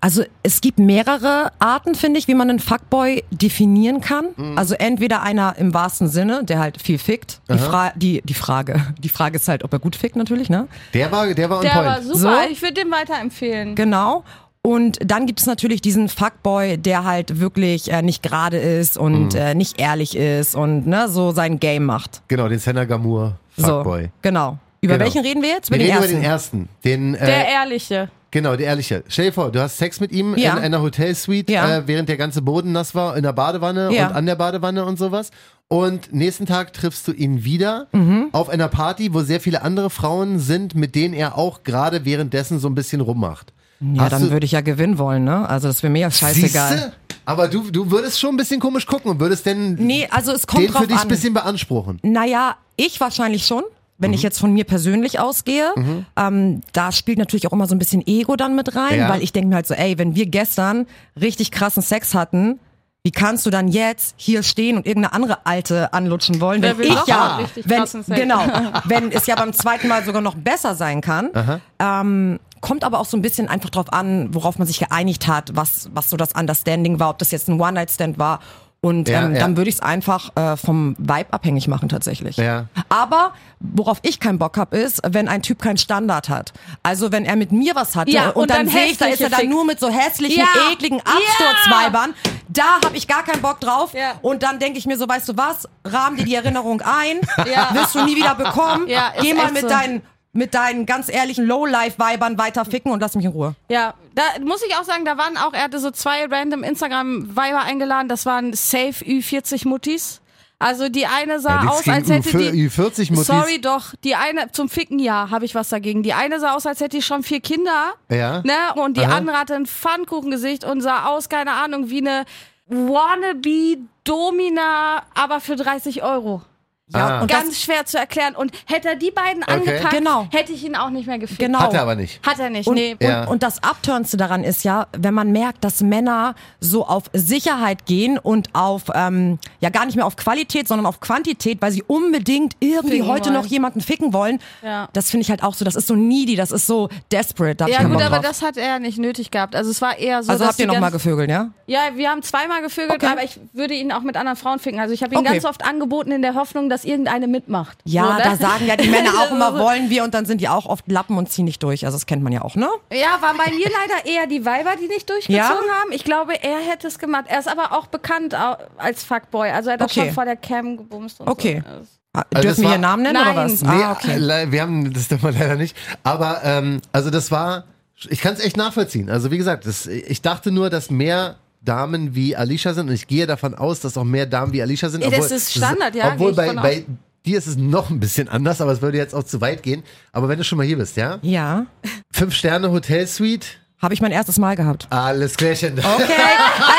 Speaker 4: Also es gibt mehrere Arten, finde ich, wie man einen Fuckboy definieren kann.
Speaker 3: Mhm.
Speaker 4: Also entweder einer im wahrsten Sinne, der halt viel fickt. Die, Fra die, die Frage, die Frage ist halt, ob er gut fickt natürlich, ne?
Speaker 3: Der war, der war on
Speaker 2: Der
Speaker 3: point.
Speaker 2: war super. Ich würde den weiterempfehlen.
Speaker 4: Genau. Und dann gibt es natürlich diesen Fuckboy, der halt wirklich äh, nicht gerade ist und
Speaker 3: Mhm.
Speaker 4: äh, nicht ehrlich ist und ne, so sein Game macht.
Speaker 3: Genau, den Senna Gamur. Fuckboy.
Speaker 4: So, genau. Über
Speaker 3: Genau.
Speaker 4: welchen reden wir jetzt?
Speaker 3: Wir
Speaker 4: Über den
Speaker 3: reden über
Speaker 4: ersten.
Speaker 3: den ersten. Den, äh,
Speaker 2: Der Ehrliche.
Speaker 3: Genau, der ehrliche. Stell dir vor, du hast Sex mit ihm
Speaker 4: Ja.
Speaker 3: in einer Hotelsuite,
Speaker 4: Ja.
Speaker 3: äh, während der ganze Boden nass war, in der Badewanne
Speaker 4: Ja.
Speaker 3: und an der Badewanne und sowas. Und nächsten Tag triffst du ihn wieder
Speaker 4: Mhm.
Speaker 3: auf einer Party, wo sehr viele andere Frauen sind, mit denen er auch gerade währenddessen so ein bisschen rummacht.
Speaker 4: ja,
Speaker 3: Hast
Speaker 4: dann
Speaker 3: du-
Speaker 4: würde ich ja gewinnen wollen, ne? Also das wäre mir ja scheißegal.
Speaker 3: Siehste? Aber du, du würdest schon ein bisschen komisch gucken und würdest denn
Speaker 4: Nee, also es kommt
Speaker 3: den
Speaker 4: drauf
Speaker 3: für dich
Speaker 4: an.
Speaker 3: ein bisschen beanspruchen.
Speaker 4: Naja, ich wahrscheinlich schon. Wenn
Speaker 3: Mhm.
Speaker 4: ich jetzt von mir persönlich ausgehe, ähm, da spielt natürlich auch immer so ein bisschen Ego dann mit rein,
Speaker 3: Ja.
Speaker 4: weil ich denke mir halt so, ey, wenn wir gestern richtig krassen Sex hatten, wie kannst du dann jetzt hier stehen und irgendeine andere Alte anlutschen wollen,
Speaker 2: Wer
Speaker 4: wenn
Speaker 2: will
Speaker 4: ich
Speaker 2: noch
Speaker 4: ja,
Speaker 2: mal richtig
Speaker 4: wenn,
Speaker 2: krassen Sex?
Speaker 4: genau, wenn es ja beim zweiten Mal sogar noch besser sein kann, ähm, kommt aber auch so ein bisschen einfach drauf an, worauf man sich geeinigt hat, was, was so das Understanding war, ob das jetzt ein One-Night-Stand war und
Speaker 3: Ja,
Speaker 4: ähm,
Speaker 3: ja.
Speaker 4: dann würde ich es einfach äh, vom Vibe abhängig machen tatsächlich.
Speaker 3: Ja.
Speaker 4: Aber worauf ich keinen Bock habe, ist, wenn ein Typ keinen Standard hat. Also wenn er mit mir was hatte
Speaker 2: Ja,
Speaker 4: und,
Speaker 2: und
Speaker 4: dann,
Speaker 2: dann
Speaker 4: sehe ich, da ist
Speaker 2: hässliche
Speaker 4: er dann
Speaker 2: Fick.
Speaker 4: nur mit so hässlichen,
Speaker 2: Ja.
Speaker 4: ekligen
Speaker 2: Ja.
Speaker 4: Absturzweibern. Da habe ich gar keinen Bock drauf.
Speaker 2: Ja.
Speaker 4: Und dann denke ich mir so, weißt du was, rahm dir die Erinnerung ein,
Speaker 2: Ja.
Speaker 4: wirst du nie wieder bekommen.
Speaker 2: Ja, ist
Speaker 4: Geh mal
Speaker 2: echt
Speaker 4: mit
Speaker 2: so.
Speaker 4: deinen mit deinen ganz ehrlichen Lowlife-Weibern weiter ficken und lass mich in Ruhe.
Speaker 2: Ja, da muss ich auch sagen, da waren auch, er hatte so zwei random Instagram-Weiber eingeladen, das waren safe Ü40-Muttis. Also die eine sah
Speaker 3: nix
Speaker 2: aus,
Speaker 3: gegen
Speaker 2: als hätte
Speaker 3: Ü-
Speaker 2: die...
Speaker 3: Ü40-Muttis.
Speaker 2: Sorry doch, die eine, zum Ficken ja, habe ich was dagegen. Die eine sah aus, als hätte die schon vier Kinder.
Speaker 3: Ja.
Speaker 2: Ne? Und die
Speaker 3: Aha.
Speaker 2: andere hatte ein Pfannkuchengesicht und sah aus, keine Ahnung, wie eine Wannabe-Domina, aber für 30 Euro.
Speaker 4: Ja,
Speaker 3: Ah.
Speaker 4: und
Speaker 2: Ganz schwer zu erklären. Und hätte er die beiden angepackt,
Speaker 4: Genau.
Speaker 2: hätte ich ihn auch nicht mehr gefickt.
Speaker 4: das, genau.
Speaker 3: Hat er aber nicht.
Speaker 2: Hat er nicht,
Speaker 4: Und,
Speaker 2: nee.
Speaker 4: und,
Speaker 3: Ja.
Speaker 4: und das Abturnste daran ist ja, wenn man merkt, dass Männer so auf Sicherheit gehen und auf, ähm, ja gar nicht mehr auf Qualität, sondern auf Quantität, weil sie unbedingt irgendwie
Speaker 2: Ficken
Speaker 4: heute
Speaker 2: wollen.
Speaker 4: noch jemanden ficken wollen.
Speaker 2: Ja.
Speaker 4: Das finde ich halt auch so, das ist so needy, das ist so desperate. Da hab ich
Speaker 2: Ja
Speaker 4: keinen
Speaker 2: gut,
Speaker 4: Bock
Speaker 2: aber
Speaker 4: drauf.
Speaker 2: das hat er nicht nötig gehabt. Also es war eher so,
Speaker 4: also
Speaker 2: dass
Speaker 4: habt ihr
Speaker 2: die
Speaker 4: nochmal
Speaker 2: ganz-
Speaker 4: gevögelt, ja?
Speaker 2: Ja, wir haben zweimal gevögelt,
Speaker 4: Okay.
Speaker 2: aber ich würde ihn auch mit anderen Frauen ficken. Also ich habe ihn
Speaker 4: Okay.
Speaker 2: ganz oft angeboten in der Hoffnung, dass irgendeine mitmacht.
Speaker 4: Ja,
Speaker 2: so,
Speaker 4: da
Speaker 2: ne?
Speaker 4: sagen ja die Männer auch immer,
Speaker 2: So.
Speaker 4: wollen wir und dann sind die auch oft Lappen und ziehen nicht durch. Also das kennt man ja auch, ne?
Speaker 2: Ja, waren bei mir leider eher die Weiber, die nicht durchgezogen
Speaker 4: Ja?
Speaker 2: haben. Ich glaube, er hätte es gemacht. Er ist aber auch bekannt au- als Fuckboy. Also er hat
Speaker 4: Okay.
Speaker 2: auch schon vor der Cam gebumst und
Speaker 4: Okay.
Speaker 2: so. Also-
Speaker 4: Ah,
Speaker 3: Also das
Speaker 4: Dürfen wir
Speaker 3: war-
Speaker 4: hier Namen nennen oder
Speaker 2: Nein.
Speaker 4: was?
Speaker 3: Nee, äh,
Speaker 4: ah, okay.
Speaker 3: le- wir haben, das dürfen wir leider nicht. Aber, ähm, also das war, ich kann es echt nachvollziehen. Also wie gesagt, das, ich dachte nur, dass mehr Damen wie Alicia sind und ich gehe davon aus, dass auch mehr Damen wie Alicia sind.
Speaker 2: Ja, das ist Standard, ja,
Speaker 3: Obwohl
Speaker 2: gehe ich
Speaker 3: bei,
Speaker 2: von
Speaker 3: bei dir ist es noch ein bisschen anders, aber es würde jetzt auch zu weit gehen. Aber wenn du schon mal hier bist, ja?
Speaker 4: Ja,
Speaker 3: Fünf Sterne Hotel Suite,
Speaker 4: habe ich mein erstes Mal gehabt.
Speaker 3: alles klärchen.
Speaker 2: Oh.
Speaker 4: Okay,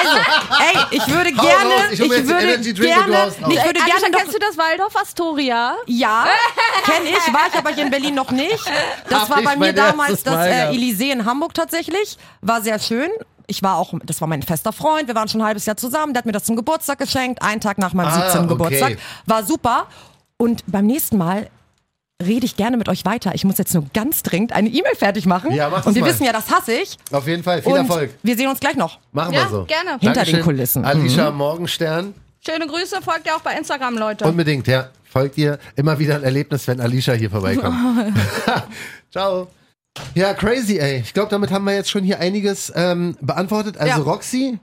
Speaker 4: also, ey, ich würde
Speaker 3: Hau
Speaker 4: gerne,
Speaker 3: raus, ich
Speaker 4: ich,
Speaker 3: hol mir jetzt den
Speaker 4: würde
Speaker 3: Energy Drink und du
Speaker 4: gerne,
Speaker 3: haust
Speaker 4: ich
Speaker 3: raus.
Speaker 4: würde
Speaker 2: Alicia,
Speaker 4: gerne
Speaker 2: Äh, kennst du
Speaker 4: doch,
Speaker 2: das Waldorf Astoria?
Speaker 4: ja, kenne ich, war ich aber hier in Berlin noch nicht. Das
Speaker 3: Hab
Speaker 4: war
Speaker 3: ich
Speaker 4: bei mir
Speaker 3: mein
Speaker 4: damals
Speaker 3: erstes
Speaker 4: das
Speaker 3: Mal
Speaker 4: äh,
Speaker 3: gehabt.
Speaker 4: Elysée in Hamburg tatsächlich, war sehr schön. Ich war auch, das war mein fester Freund, wir waren schon ein halbes Jahr zusammen, der hat mir das zum Geburtstag geschenkt, einen Tag nach meinem
Speaker 3: Ah,
Speaker 4: 17. Geburtstag,
Speaker 3: okay.
Speaker 4: war super. Und beim nächsten Mal rede ich gerne mit euch weiter. Ich muss jetzt nur ganz dringend eine E-Mail fertig machen.
Speaker 3: Ja, mach das
Speaker 4: Und wir
Speaker 3: mal.
Speaker 4: wissen ja, das hasse ich.
Speaker 3: Auf jeden Fall, viel
Speaker 4: Und
Speaker 3: Erfolg.
Speaker 4: wir sehen uns gleich noch.
Speaker 3: Machen
Speaker 2: Ja,
Speaker 3: wir so.
Speaker 2: gerne. Hinter
Speaker 4: den Kulissen. Mhm.
Speaker 3: Alicia Morgenstern.
Speaker 2: Schöne Grüße, folgt ihr auch bei Instagram, Leute.
Speaker 3: Unbedingt, ja. Folgt ihr immer wieder ein Erlebnis, wenn Alicia hier vorbeikommt. Ciao. Ja, crazy, ey. Ich glaube, damit haben wir jetzt schon hier einiges ähm, beantwortet. Also,
Speaker 2: Ja.
Speaker 3: Roxy,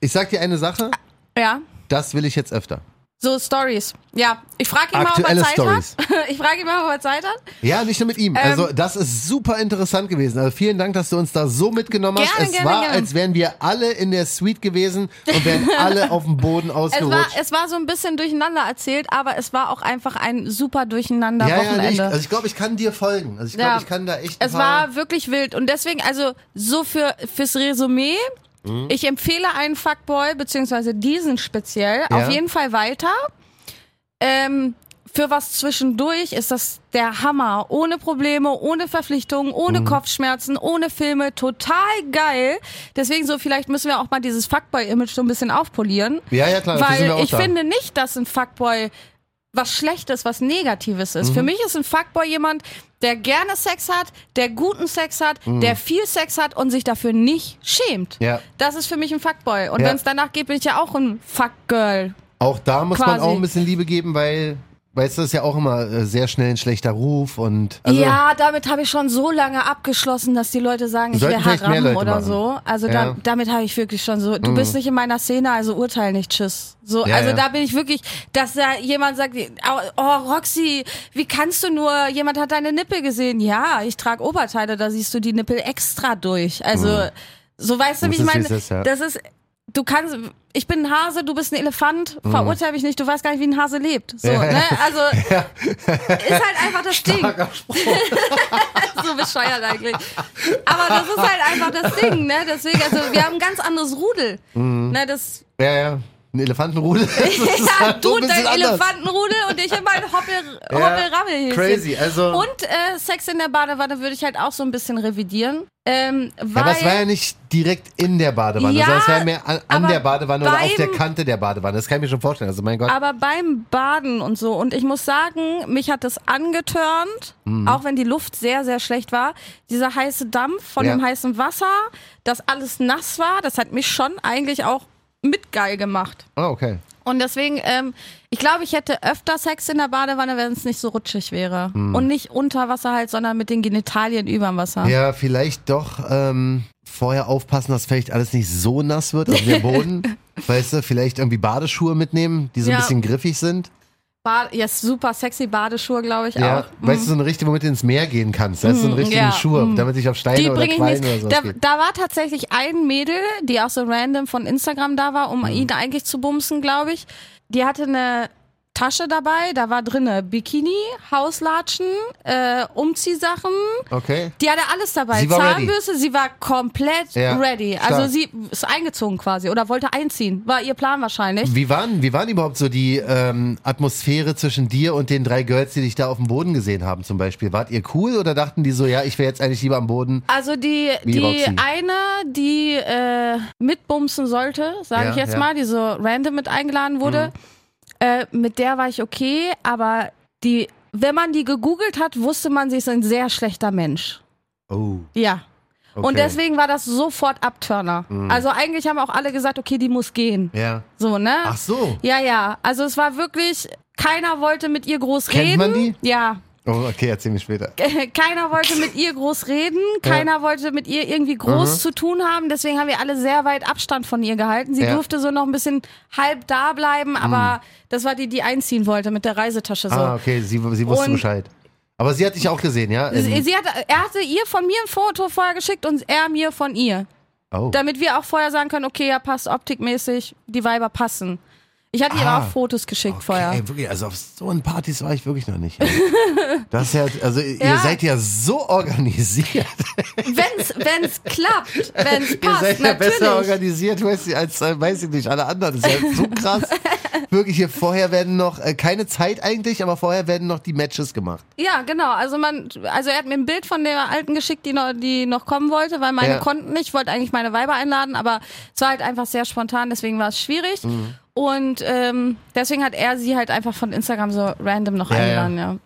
Speaker 3: ich sag dir eine Sache,
Speaker 2: ja.
Speaker 3: das will ich jetzt öfter.
Speaker 2: So Stories. Ja, ich frage ihn mal, ob er
Speaker 3: Aktuelle
Speaker 2: Zeit
Speaker 3: Stories.
Speaker 2: hat. Ich frage ihn mal, ob er Zeit hat.
Speaker 3: Ja, nicht nur mit ihm. also,
Speaker 2: Ähm.
Speaker 3: das ist super interessant gewesen. Also, vielen Dank, dass du uns da so mitgenommen hast.
Speaker 2: Gerne,
Speaker 3: es
Speaker 2: gerne,
Speaker 3: war,
Speaker 2: gerne.
Speaker 3: als wären wir alle in der Suite gewesen und wären alle auf dem Boden
Speaker 2: Es war,
Speaker 3: ausgerutscht.
Speaker 2: es war so ein bisschen durcheinander erzählt, aber es war auch einfach ein super durcheinander
Speaker 3: ja, ja, nee, ich,
Speaker 2: Wochenende.
Speaker 3: also ich glaube, ich kann dir folgen. Also ich glaube,
Speaker 2: Ja.
Speaker 3: ich kann da echt. ein
Speaker 2: es
Speaker 3: paar-
Speaker 2: war wirklich wild und deswegen, also so für fürs Resümee,
Speaker 3: Mhm.
Speaker 2: ich empfehle einen Fuckboy, beziehungsweise diesen speziell, auf jeden Fall weiter. Ähm, für was zwischendurch ist das der Hammer. Ohne Probleme, ohne Verpflichtungen, ohne
Speaker 3: Mhm.
Speaker 2: Kopfschmerzen, ohne Filme. Total geil. Deswegen so, vielleicht müssen wir auch mal dieses Fuckboy-Image so ein bisschen aufpolieren.
Speaker 3: Ja, ja, klar, dafür
Speaker 2: Weil
Speaker 3: sind wir auch
Speaker 2: ich
Speaker 3: da.
Speaker 2: finde nicht, dass ein Fuckboy was Schlechtes, was Negatives ist. Für
Speaker 3: Mhm.
Speaker 2: mich ist ein Fuckboy jemand, der gerne Sex hat, der guten Sex hat, der viel Sex hat und sich dafür nicht schämt.
Speaker 3: Mhm. Ja.
Speaker 2: Das ist für mich ein Fuckboy. Und
Speaker 3: Ja.
Speaker 2: wenn es danach geht, bin ich ja auch ein Fuckgirl.
Speaker 3: Auch da muss man
Speaker 2: Quasi.
Speaker 3: auch ein bisschen Liebe geben, weil, weißt du, das ist ja auch immer äh, sehr schnell ein schlechter Ruf und. Also,
Speaker 2: ja, damit habe ich schon so lange abgeschlossen, dass die Leute sagen, ich
Speaker 3: Sollten
Speaker 2: wäre
Speaker 3: vielleicht mehr
Speaker 2: Haram
Speaker 3: Leute
Speaker 2: oder
Speaker 3: machen.
Speaker 2: so. Also
Speaker 3: Ja. Mhm.
Speaker 2: da, damit habe ich wirklich schon so, du bist nicht in meiner Szene, also urteil nicht, tschüss. So,
Speaker 3: Ja,
Speaker 2: also
Speaker 3: ja.
Speaker 2: da bin ich wirklich, dass da jemand sagt, oh, Roxy, wie kannst du nur, jemand hat deine Nippel gesehen. Ja, ich trage Oberteile, da siehst du die Nippel extra durch. Also, so weißt du,
Speaker 3: Das
Speaker 2: wie ich
Speaker 3: ist, wie
Speaker 2: meine,
Speaker 3: Mhm. es ist, ja.
Speaker 2: das ist, du kannst, ich bin ein Hase, du bist ein Elefant,
Speaker 3: Mhm.
Speaker 2: verurteil mich nicht, du weißt gar nicht, wie ein Hase lebt. So, ne? Also, ist halt einfach das Ding. so bescheuert eigentlich. Aber das ist halt einfach das Ding, ne? Deswegen, also wir haben ein ganz anderes Rudel.
Speaker 3: Mhm.
Speaker 2: Ne, das,
Speaker 3: Ja, ja. Ein Elefantenrudel. Das ist
Speaker 2: ja,
Speaker 3: halt
Speaker 2: du
Speaker 3: ein
Speaker 2: dein
Speaker 3: bisschen anders.
Speaker 2: Elefantenrudel und ich immer ein Hoppel, Hoppel Rabbel hier.
Speaker 3: Crazy, also.
Speaker 2: Und äh, Sex in der Badewanne würde ich halt auch so ein bisschen revidieren. Ähm,
Speaker 3: ja,
Speaker 2: weil,
Speaker 3: aber es war ja nicht direkt in der Badewanne,
Speaker 2: Ja,
Speaker 3: sondern es war ja mehr an, an
Speaker 2: aber
Speaker 3: der Badewanne oder auf der
Speaker 2: beim-
Speaker 3: Kante der Badewanne. Das kann ich mir schon vorstellen. Also mein Gott.
Speaker 2: aber beim Baden und so, und ich muss sagen, mich hat das angetörnt,
Speaker 3: Mhm.
Speaker 2: auch wenn die Luft sehr, sehr schlecht war. Dieser heiße Dampf von
Speaker 3: Ja.
Speaker 2: dem heißen Wasser, dass alles nass war, das hat mich schon eigentlich auch mit geil gemacht.
Speaker 3: Ah, okay.
Speaker 2: Und deswegen, ähm, ich glaube, ich hätte öfter Sex in der Badewanne, wenn es nicht so rutschig wäre.
Speaker 3: Hm.
Speaker 2: Und nicht unter Wasser halt, sondern mit den Genitalien überm Wasser.
Speaker 3: Ja, vielleicht doch ähm, vorher aufpassen, dass vielleicht alles nicht so nass wird, also der Boden. weißt du, vielleicht irgendwie Badeschuhe mitnehmen, die so ein
Speaker 2: Ja.
Speaker 3: bisschen griffig sind.
Speaker 2: Ba ja, super sexy Badeschuhe, glaube ich
Speaker 3: Ja,
Speaker 2: auch.
Speaker 3: weißt du, so eine richtige, womit du ins Meer gehen kannst. Weißt du, so eine richtige
Speaker 2: Mhm, ja,
Speaker 3: Schuhe, damit ich auf Steine
Speaker 2: Die
Speaker 3: oder
Speaker 2: bringe ich
Speaker 3: Quallen oder
Speaker 2: nicht.
Speaker 3: sowas
Speaker 2: Da,
Speaker 3: geht.
Speaker 2: da war tatsächlich ein Mädel, die auch so random von Instagram da war, um
Speaker 3: Hm.
Speaker 2: ihn eigentlich zu bumsen, glaube ich. Die hatte eine Tasche dabei, da war drinne Bikini, Hauslatschen, äh, Umziehsachen,
Speaker 3: Okay.
Speaker 2: Die hatte alles dabei.
Speaker 3: Sie war ready.
Speaker 2: Zahnbürste, sie war komplett
Speaker 3: Ja,
Speaker 2: ready.
Speaker 3: stark.
Speaker 2: Also sie ist eingezogen quasi oder wollte einziehen. War ihr Plan wahrscheinlich.
Speaker 3: Wie waren, wie waren überhaupt so die ähm, Atmosphäre zwischen dir und den drei Girls, die dich da auf dem Boden gesehen haben zum Beispiel? Wart ihr cool oder dachten die so, ja, ich wäre jetzt eigentlich lieber am Boden?
Speaker 2: Also die,
Speaker 3: Wie
Speaker 2: die
Speaker 3: Roxy.
Speaker 2: eine, die äh, mitbumsen sollte, sage
Speaker 3: Ja,
Speaker 2: ich jetzt
Speaker 3: ja. Mhm.
Speaker 2: mal, die so random mit eingeladen wurde, äh, mit der war ich okay, aber die, wenn man die gegoogelt hat, wusste man, sie ist ein sehr schlechter Mensch.
Speaker 3: Oh,
Speaker 2: Ja.
Speaker 3: okay. Mhm.
Speaker 2: Und deswegen war das sofort Abturner. Also eigentlich haben auch alle gesagt, okay, die muss gehen.
Speaker 3: Ja.
Speaker 2: So, ne?
Speaker 3: Ach so.
Speaker 2: Ja, ja. Also es war wirklich, keiner wollte mit ihr groß
Speaker 3: Kennt
Speaker 2: reden.
Speaker 3: man die?
Speaker 2: Ja.
Speaker 3: Oh, okay, erzähl mir später.
Speaker 2: Keiner wollte mit ihr groß reden, keiner wollte mit ihr irgendwie groß zu tun haben, deswegen haben wir alle sehr weit Abstand von ihr gehalten. Sie
Speaker 3: Ja. Mm.
Speaker 2: durfte so noch ein bisschen halb da bleiben, aber das war die, die einziehen wollte mit der Reisetasche so.
Speaker 3: Ah, okay, sie, sie wusste
Speaker 2: Also Und-
Speaker 3: Bescheid. Aber sie hat dich auch gesehen, ja?
Speaker 2: Sie,
Speaker 3: In-
Speaker 2: sie hat, er hatte ihr von mir ein Foto vorher geschickt und er mir von ihr.
Speaker 3: oh.
Speaker 2: Damit wir auch vorher sagen können, okay, ja, passt optikmäßig, die Weiber passen. Ich hatte ihr
Speaker 3: Ah.
Speaker 2: auch Fotos geschickt vorher.
Speaker 3: Ey, wirklich, also auf so einen Partys war ich wirklich noch nicht. Das ist ja, also ihr
Speaker 2: Ja.
Speaker 3: seid ja so organisiert.
Speaker 2: Wenn's, wenn's klappt, wenn's passt,
Speaker 3: ihr seid ja
Speaker 2: natürlich.
Speaker 3: besser organisiert, weiß ich, als äh, weiß ich nicht, alle anderen. Das ist ja so krass. Wirklich, hier vorher werden noch, äh, keine Zeit eigentlich, aber vorher werden noch die Matches gemacht.
Speaker 2: Ja, genau. Also man, also er hat mir ein Bild von der alten geschickt, die noch, die noch kommen wollte, weil meine
Speaker 3: Ja.
Speaker 2: konnten nicht. Ich wollte eigentlich meine Weiber einladen, aber es war halt einfach sehr spontan, deswegen war es schwierig.
Speaker 3: Mhm.
Speaker 2: Und ähm, deswegen hat er sie halt einfach von Instagram so random noch
Speaker 3: Ja,
Speaker 2: eingeladen, ja.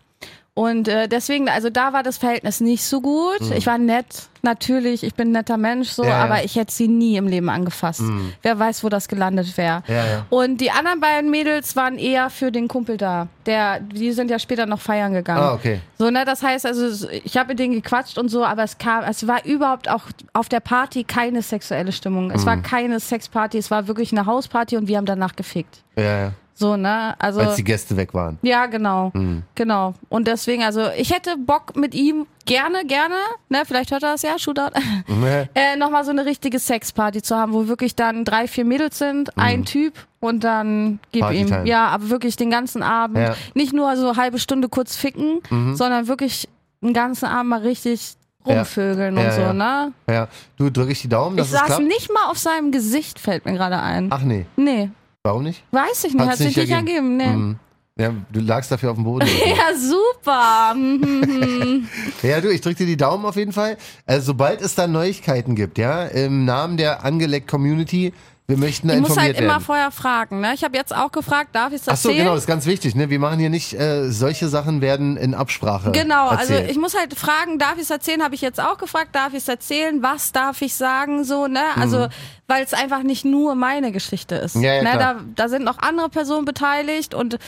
Speaker 2: Und äh, deswegen, also da war das Verhältnis nicht so gut. Ich war nett, natürlich, ich bin ein netter Mensch, so,
Speaker 3: Mhm. Ja, ja.
Speaker 2: aber ich hätte sie nie im Leben angefasst. Wer weiß, wo das gelandet wäre.
Speaker 3: Ja, ja.
Speaker 2: Und die anderen beiden Mädels waren eher für den Kumpel da. Der, die sind ja später noch feiern gegangen.
Speaker 3: Ah, okay.
Speaker 2: So, ne, das heißt, also ich habe mit denen gequatscht und so, aber es kam, es war überhaupt auch auf der Party keine sexuelle Stimmung. Es war
Speaker 3: Mhm.
Speaker 2: keine Sexparty, es war wirklich eine Hausparty und wir haben danach gefickt.
Speaker 3: Ja, ja.
Speaker 2: So, ne? Also.
Speaker 3: Als die Mhm. Gäste weg waren.
Speaker 2: Ja, genau. Genau. Und deswegen, also ich hätte Bock mit ihm gerne, gerne, ne, vielleicht hört er das ja, Shootout,
Speaker 3: Ne?
Speaker 2: äh, nochmal so eine richtige Sexparty zu haben, wo wirklich dann drei, vier Mädels sind,
Speaker 3: Mhm.
Speaker 2: ein Typ und dann gib
Speaker 3: Partytime.
Speaker 2: ihm. Ja, aber wirklich den ganzen Abend.
Speaker 3: Ja. Mhm.
Speaker 2: Nicht nur so halbe Stunde kurz ficken, sondern wirklich den ganzen Abend mal richtig rumvögeln
Speaker 3: Ja.
Speaker 2: und
Speaker 3: Ja,
Speaker 2: so,
Speaker 3: ja.
Speaker 2: ne?
Speaker 3: Ja. Du drücke ich die Daumen, dass
Speaker 2: ich
Speaker 3: es
Speaker 2: saß
Speaker 3: klappt.
Speaker 2: nicht mal auf seinem Gesicht, fällt mir gerade ein.
Speaker 3: Ach nee,
Speaker 2: Nee,
Speaker 3: warum nicht?
Speaker 2: weiß ich nicht, hat,
Speaker 3: Hat's
Speaker 2: sich nicht ergeben, nee.
Speaker 3: Mhm. Ja, du lagst dafür auf dem Boden.
Speaker 2: Ja, super. Mhm.
Speaker 3: Ja, du, ich drücke dir die Daumen auf jeden Fall. Also, sobald es dann Neuigkeiten gibt, ja, im Namen der Angeleckt Community Wir möchten da
Speaker 2: Ich muss
Speaker 3: informiert
Speaker 2: halt immer
Speaker 3: werden.
Speaker 2: vorher fragen. Ne? Ich habe jetzt auch gefragt, darf ich es
Speaker 3: Ach so,
Speaker 2: erzählen?
Speaker 3: genau, das ist ganz wichtig. Ne? Wir machen hier nicht, äh, solche Sachen werden in Absprache
Speaker 2: Genau,
Speaker 3: erzählt.
Speaker 2: also ich muss halt fragen, darf ich es erzählen? Habe ich jetzt auch gefragt, darf ich es erzählen? Was darf ich sagen? So, ne? Also, weil es einfach nicht nur meine Geschichte ist.
Speaker 3: Mhm. Ja, ja,
Speaker 2: ne?
Speaker 3: klar.
Speaker 2: Da, da sind noch andere Personen beteiligt und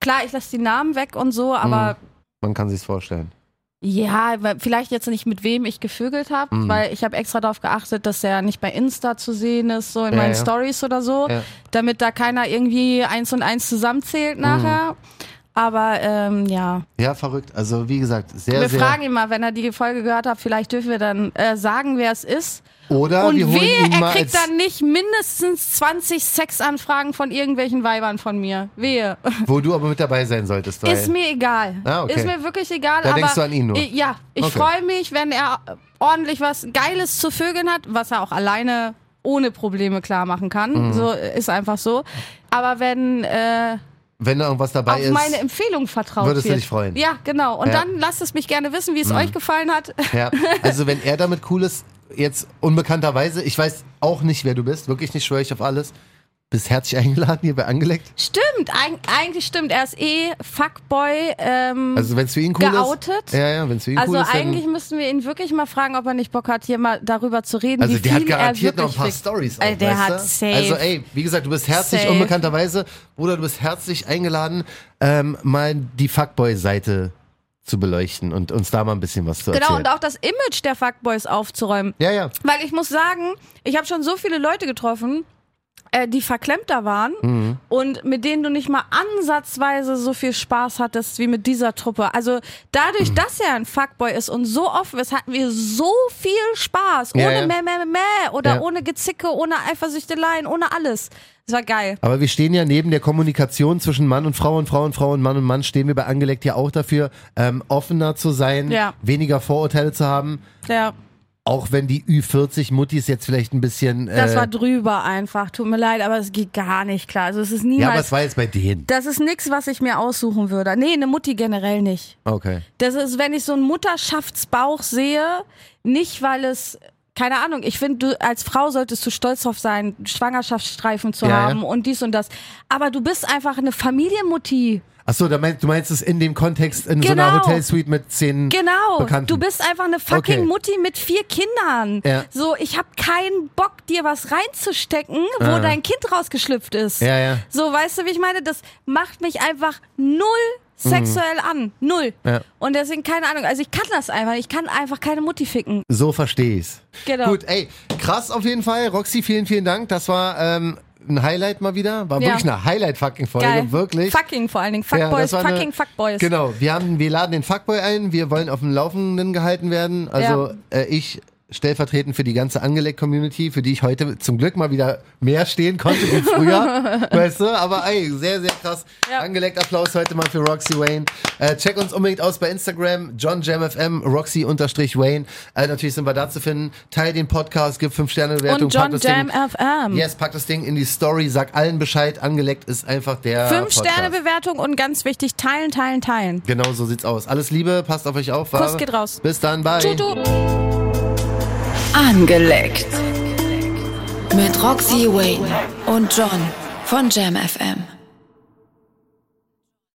Speaker 2: klar, ich lasse die Namen weg und so, aber
Speaker 3: Man kann sich's vorstellen.
Speaker 2: ja, weil- vielleicht jetzt nicht mit wem ich gevögelt habe,
Speaker 3: Mhm.
Speaker 2: weil ich habe extra darauf geachtet, dass er nicht bei Insta zu sehen ist, so in
Speaker 3: Ja,
Speaker 2: meinen
Speaker 3: ja.
Speaker 2: Stories oder so,
Speaker 3: Ja. Mhm.
Speaker 2: damit da keiner irgendwie eins und eins zusammenzählt nachher. Aber ähm, ja.
Speaker 3: Ja, verrückt. Also wie gesagt, sehr,
Speaker 2: Wir
Speaker 3: sehr.
Speaker 2: fragen ihn mal, wenn er die Folge gehört hat, vielleicht dürfen wir dann äh, sagen, wer es ist.
Speaker 3: Oder
Speaker 2: Und
Speaker 3: Ah, wir holen
Speaker 2: wehe,
Speaker 3: ihn
Speaker 2: er
Speaker 3: mal als,
Speaker 2: kriegt dann nicht mindestens 20 Sexanfragen von irgendwelchen Weibern von mir. Wehe.
Speaker 3: wo du aber mit dabei sein solltest. Weil,
Speaker 2: Ist mir egal.
Speaker 3: Ah, okay.
Speaker 2: Ist mir wirklich egal.
Speaker 3: Da
Speaker 2: aber
Speaker 3: denkst du an ihn nur.
Speaker 2: Ich, ja, ich
Speaker 3: Okay.
Speaker 2: freue mich, wenn er ordentlich was Geiles zu vögeln hat, was er auch alleine ohne Probleme klar machen
Speaker 3: Mhm.
Speaker 2: kann. So ist einfach so. Aber wenn äh,
Speaker 3: wenn da irgendwas dabei
Speaker 2: auf
Speaker 3: ist.
Speaker 2: meine Empfehlung vertraut
Speaker 3: würdest du
Speaker 2: wird.
Speaker 3: dich freuen.
Speaker 2: Ja, genau. Und
Speaker 3: Ja. Mhm.
Speaker 2: dann lasst es mich gerne wissen, wie es euch gefallen hat.
Speaker 3: Ja, also wenn er damit cool ist, jetzt unbekannterweise, ich weiß auch nicht, wer du bist, wirklich nicht, schwöre ich auf alles. Bist herzlich eingeladen hier bei Angelegt.
Speaker 2: Stimmt, eig eigentlich stimmt. Er ist eh Fuckboy. Ähm,
Speaker 3: Also wenn es für ihn cool
Speaker 2: Geoutet?
Speaker 3: ist. Ja, ja, wenn es für ihn
Speaker 2: also
Speaker 3: cool ist. dann-
Speaker 2: eigentlich müssten wir ihn wirklich mal fragen, ob er nicht Bock hat, hier mal darüber zu reden.
Speaker 3: also
Speaker 2: wie
Speaker 3: der hat
Speaker 2: viel
Speaker 3: garantiert
Speaker 2: er
Speaker 3: noch
Speaker 2: wirklich
Speaker 3: ein paar
Speaker 2: fickt.
Speaker 3: Stories.
Speaker 2: Äh,
Speaker 3: auch,
Speaker 2: der
Speaker 3: weißt
Speaker 2: hat
Speaker 3: du?
Speaker 2: safe.
Speaker 3: Also ey, wie gesagt, du bist herzlich
Speaker 2: Safe.
Speaker 3: unbekannterweise, Bruder, du bist herzlich eingeladen, ähm, mal die Fuckboy-Seite zu beleuchten und uns da mal ein bisschen was zu
Speaker 2: genau,
Speaker 3: erzählen.
Speaker 2: und auch das Image der Fuckboys aufzuräumen.
Speaker 3: ja, ja.
Speaker 2: Weil ich muss sagen, ich habe schon so viele Leute getroffen, äh, die verklemmter waren
Speaker 3: Mhm.
Speaker 2: und mit denen du nicht mal ansatzweise so viel Spaß hattest wie mit dieser Truppe. Also dadurch,
Speaker 3: Mhm.
Speaker 2: dass er ein Fuckboy ist und so offen ist, hatten wir so viel Spaß.
Speaker 3: Ja,
Speaker 2: ohne
Speaker 3: ja.
Speaker 2: Mäh, Mäh, Mäh oder
Speaker 3: Ja.
Speaker 2: ohne Gezicke, ohne Eifersüchteleien, ohne alles. Das war geil.
Speaker 3: Aber wir stehen ja neben der Kommunikation zwischen Mann und Frau und Frau und Frau und Mann und Mann stehen wir bei Angelegt ja auch dafür, ähm, offener zu sein,
Speaker 2: Ja.
Speaker 3: weniger Vorurteile zu haben,
Speaker 2: Ja,
Speaker 3: auch wenn die Ü40-Muttis jetzt vielleicht ein bisschen... Äh,
Speaker 2: das war drüber einfach. Tut mir leid, aber es geht gar nicht klar. Also es ist niemals...
Speaker 3: ja, aber es war jetzt bei denen.
Speaker 2: das ist nichts, was ich mir aussuchen würde. Nee, eine Mutti generell nicht.
Speaker 3: Okay.
Speaker 2: Das ist, wenn ich so einen Mutterschaftsbauch sehe, nicht weil es, keine Ahnung, ich finde, du als Frau solltest du stolz drauf sein, Schwangerschaftsstreifen zu
Speaker 3: Ja, ja.
Speaker 2: haben und dies und das. Aber du bist einfach eine Familienmutti.
Speaker 3: Achso, da meinst, du meinst es in dem Kontext in so einer
Speaker 2: Genau.
Speaker 3: Hotelsuite mit zehn
Speaker 2: Genau.
Speaker 3: Bekannten.
Speaker 2: Du bist einfach eine fucking
Speaker 3: Okay.
Speaker 2: Mutti mit vier Kindern.
Speaker 3: Ja.
Speaker 2: So, ich habe keinen Bock, dir was reinzustecken, wo
Speaker 3: Ah.
Speaker 2: dein Kind rausgeschlüpft ist.
Speaker 3: Ja, ja.
Speaker 2: So, weißt du, wie ich meine? Das macht mich einfach null sexuell an. Null.
Speaker 3: Mhm. Ja.
Speaker 2: Und deswegen, keine Ahnung. Also ich kann das einfach. Ich kann einfach keine Mutti ficken.
Speaker 3: So verstehe ich's.
Speaker 2: Genau.
Speaker 3: Gut, ey, krass auf jeden Fall. Roxy, vielen, vielen Dank. Das war ähm, ein Highlight mal wieder. War
Speaker 2: Ja.
Speaker 3: wirklich eine Highlight-Fucking-Folge.
Speaker 2: Geil.
Speaker 3: Wirklich.
Speaker 2: Fucking vor allen Dingen.
Speaker 3: Ja,
Speaker 2: Fuckboys,
Speaker 3: das war eine-
Speaker 2: fucking Fuckboys.
Speaker 3: Genau, wir, haben, wir laden den Fuckboy ein, wir wollen auf dem Laufenden gehalten werden. Also
Speaker 2: Ja.
Speaker 3: äh, ich stellvertretend für die ganze Angelegt-Community, für die ich heute zum Glück mal wieder mehr stehen konnte wie früher. weißt du? Aber ey, sehr, sehr krass.
Speaker 2: Ja.
Speaker 3: Angelegt Applaus heute mal für Roxy Wayne. Äh, check uns unbedingt aus bei Instagram, johnjamfm, roxy-wayne. Äh, natürlich sind wir da zu finden. Teil den Podcast, gib 5-Sterne-Bewertung.
Speaker 2: Und John Jam
Speaker 3: Ding,
Speaker 2: FM.
Speaker 3: yes, pack das Ding in die Story, sag allen Bescheid. Angelegt ist einfach der
Speaker 2: Fünf
Speaker 3: Podcast.
Speaker 2: Sterne Bewertung und ganz wichtig, teilen, teilen, teilen.
Speaker 3: Genau so sieht's aus. Alles Liebe, passt auf euch auf.
Speaker 2: Kuss
Speaker 3: Ware.
Speaker 2: geht raus.
Speaker 3: Bis dann, bye.
Speaker 2: Tschüss.
Speaker 1: Angeleckt. Mit Roxy Wayne und John von Jam FM.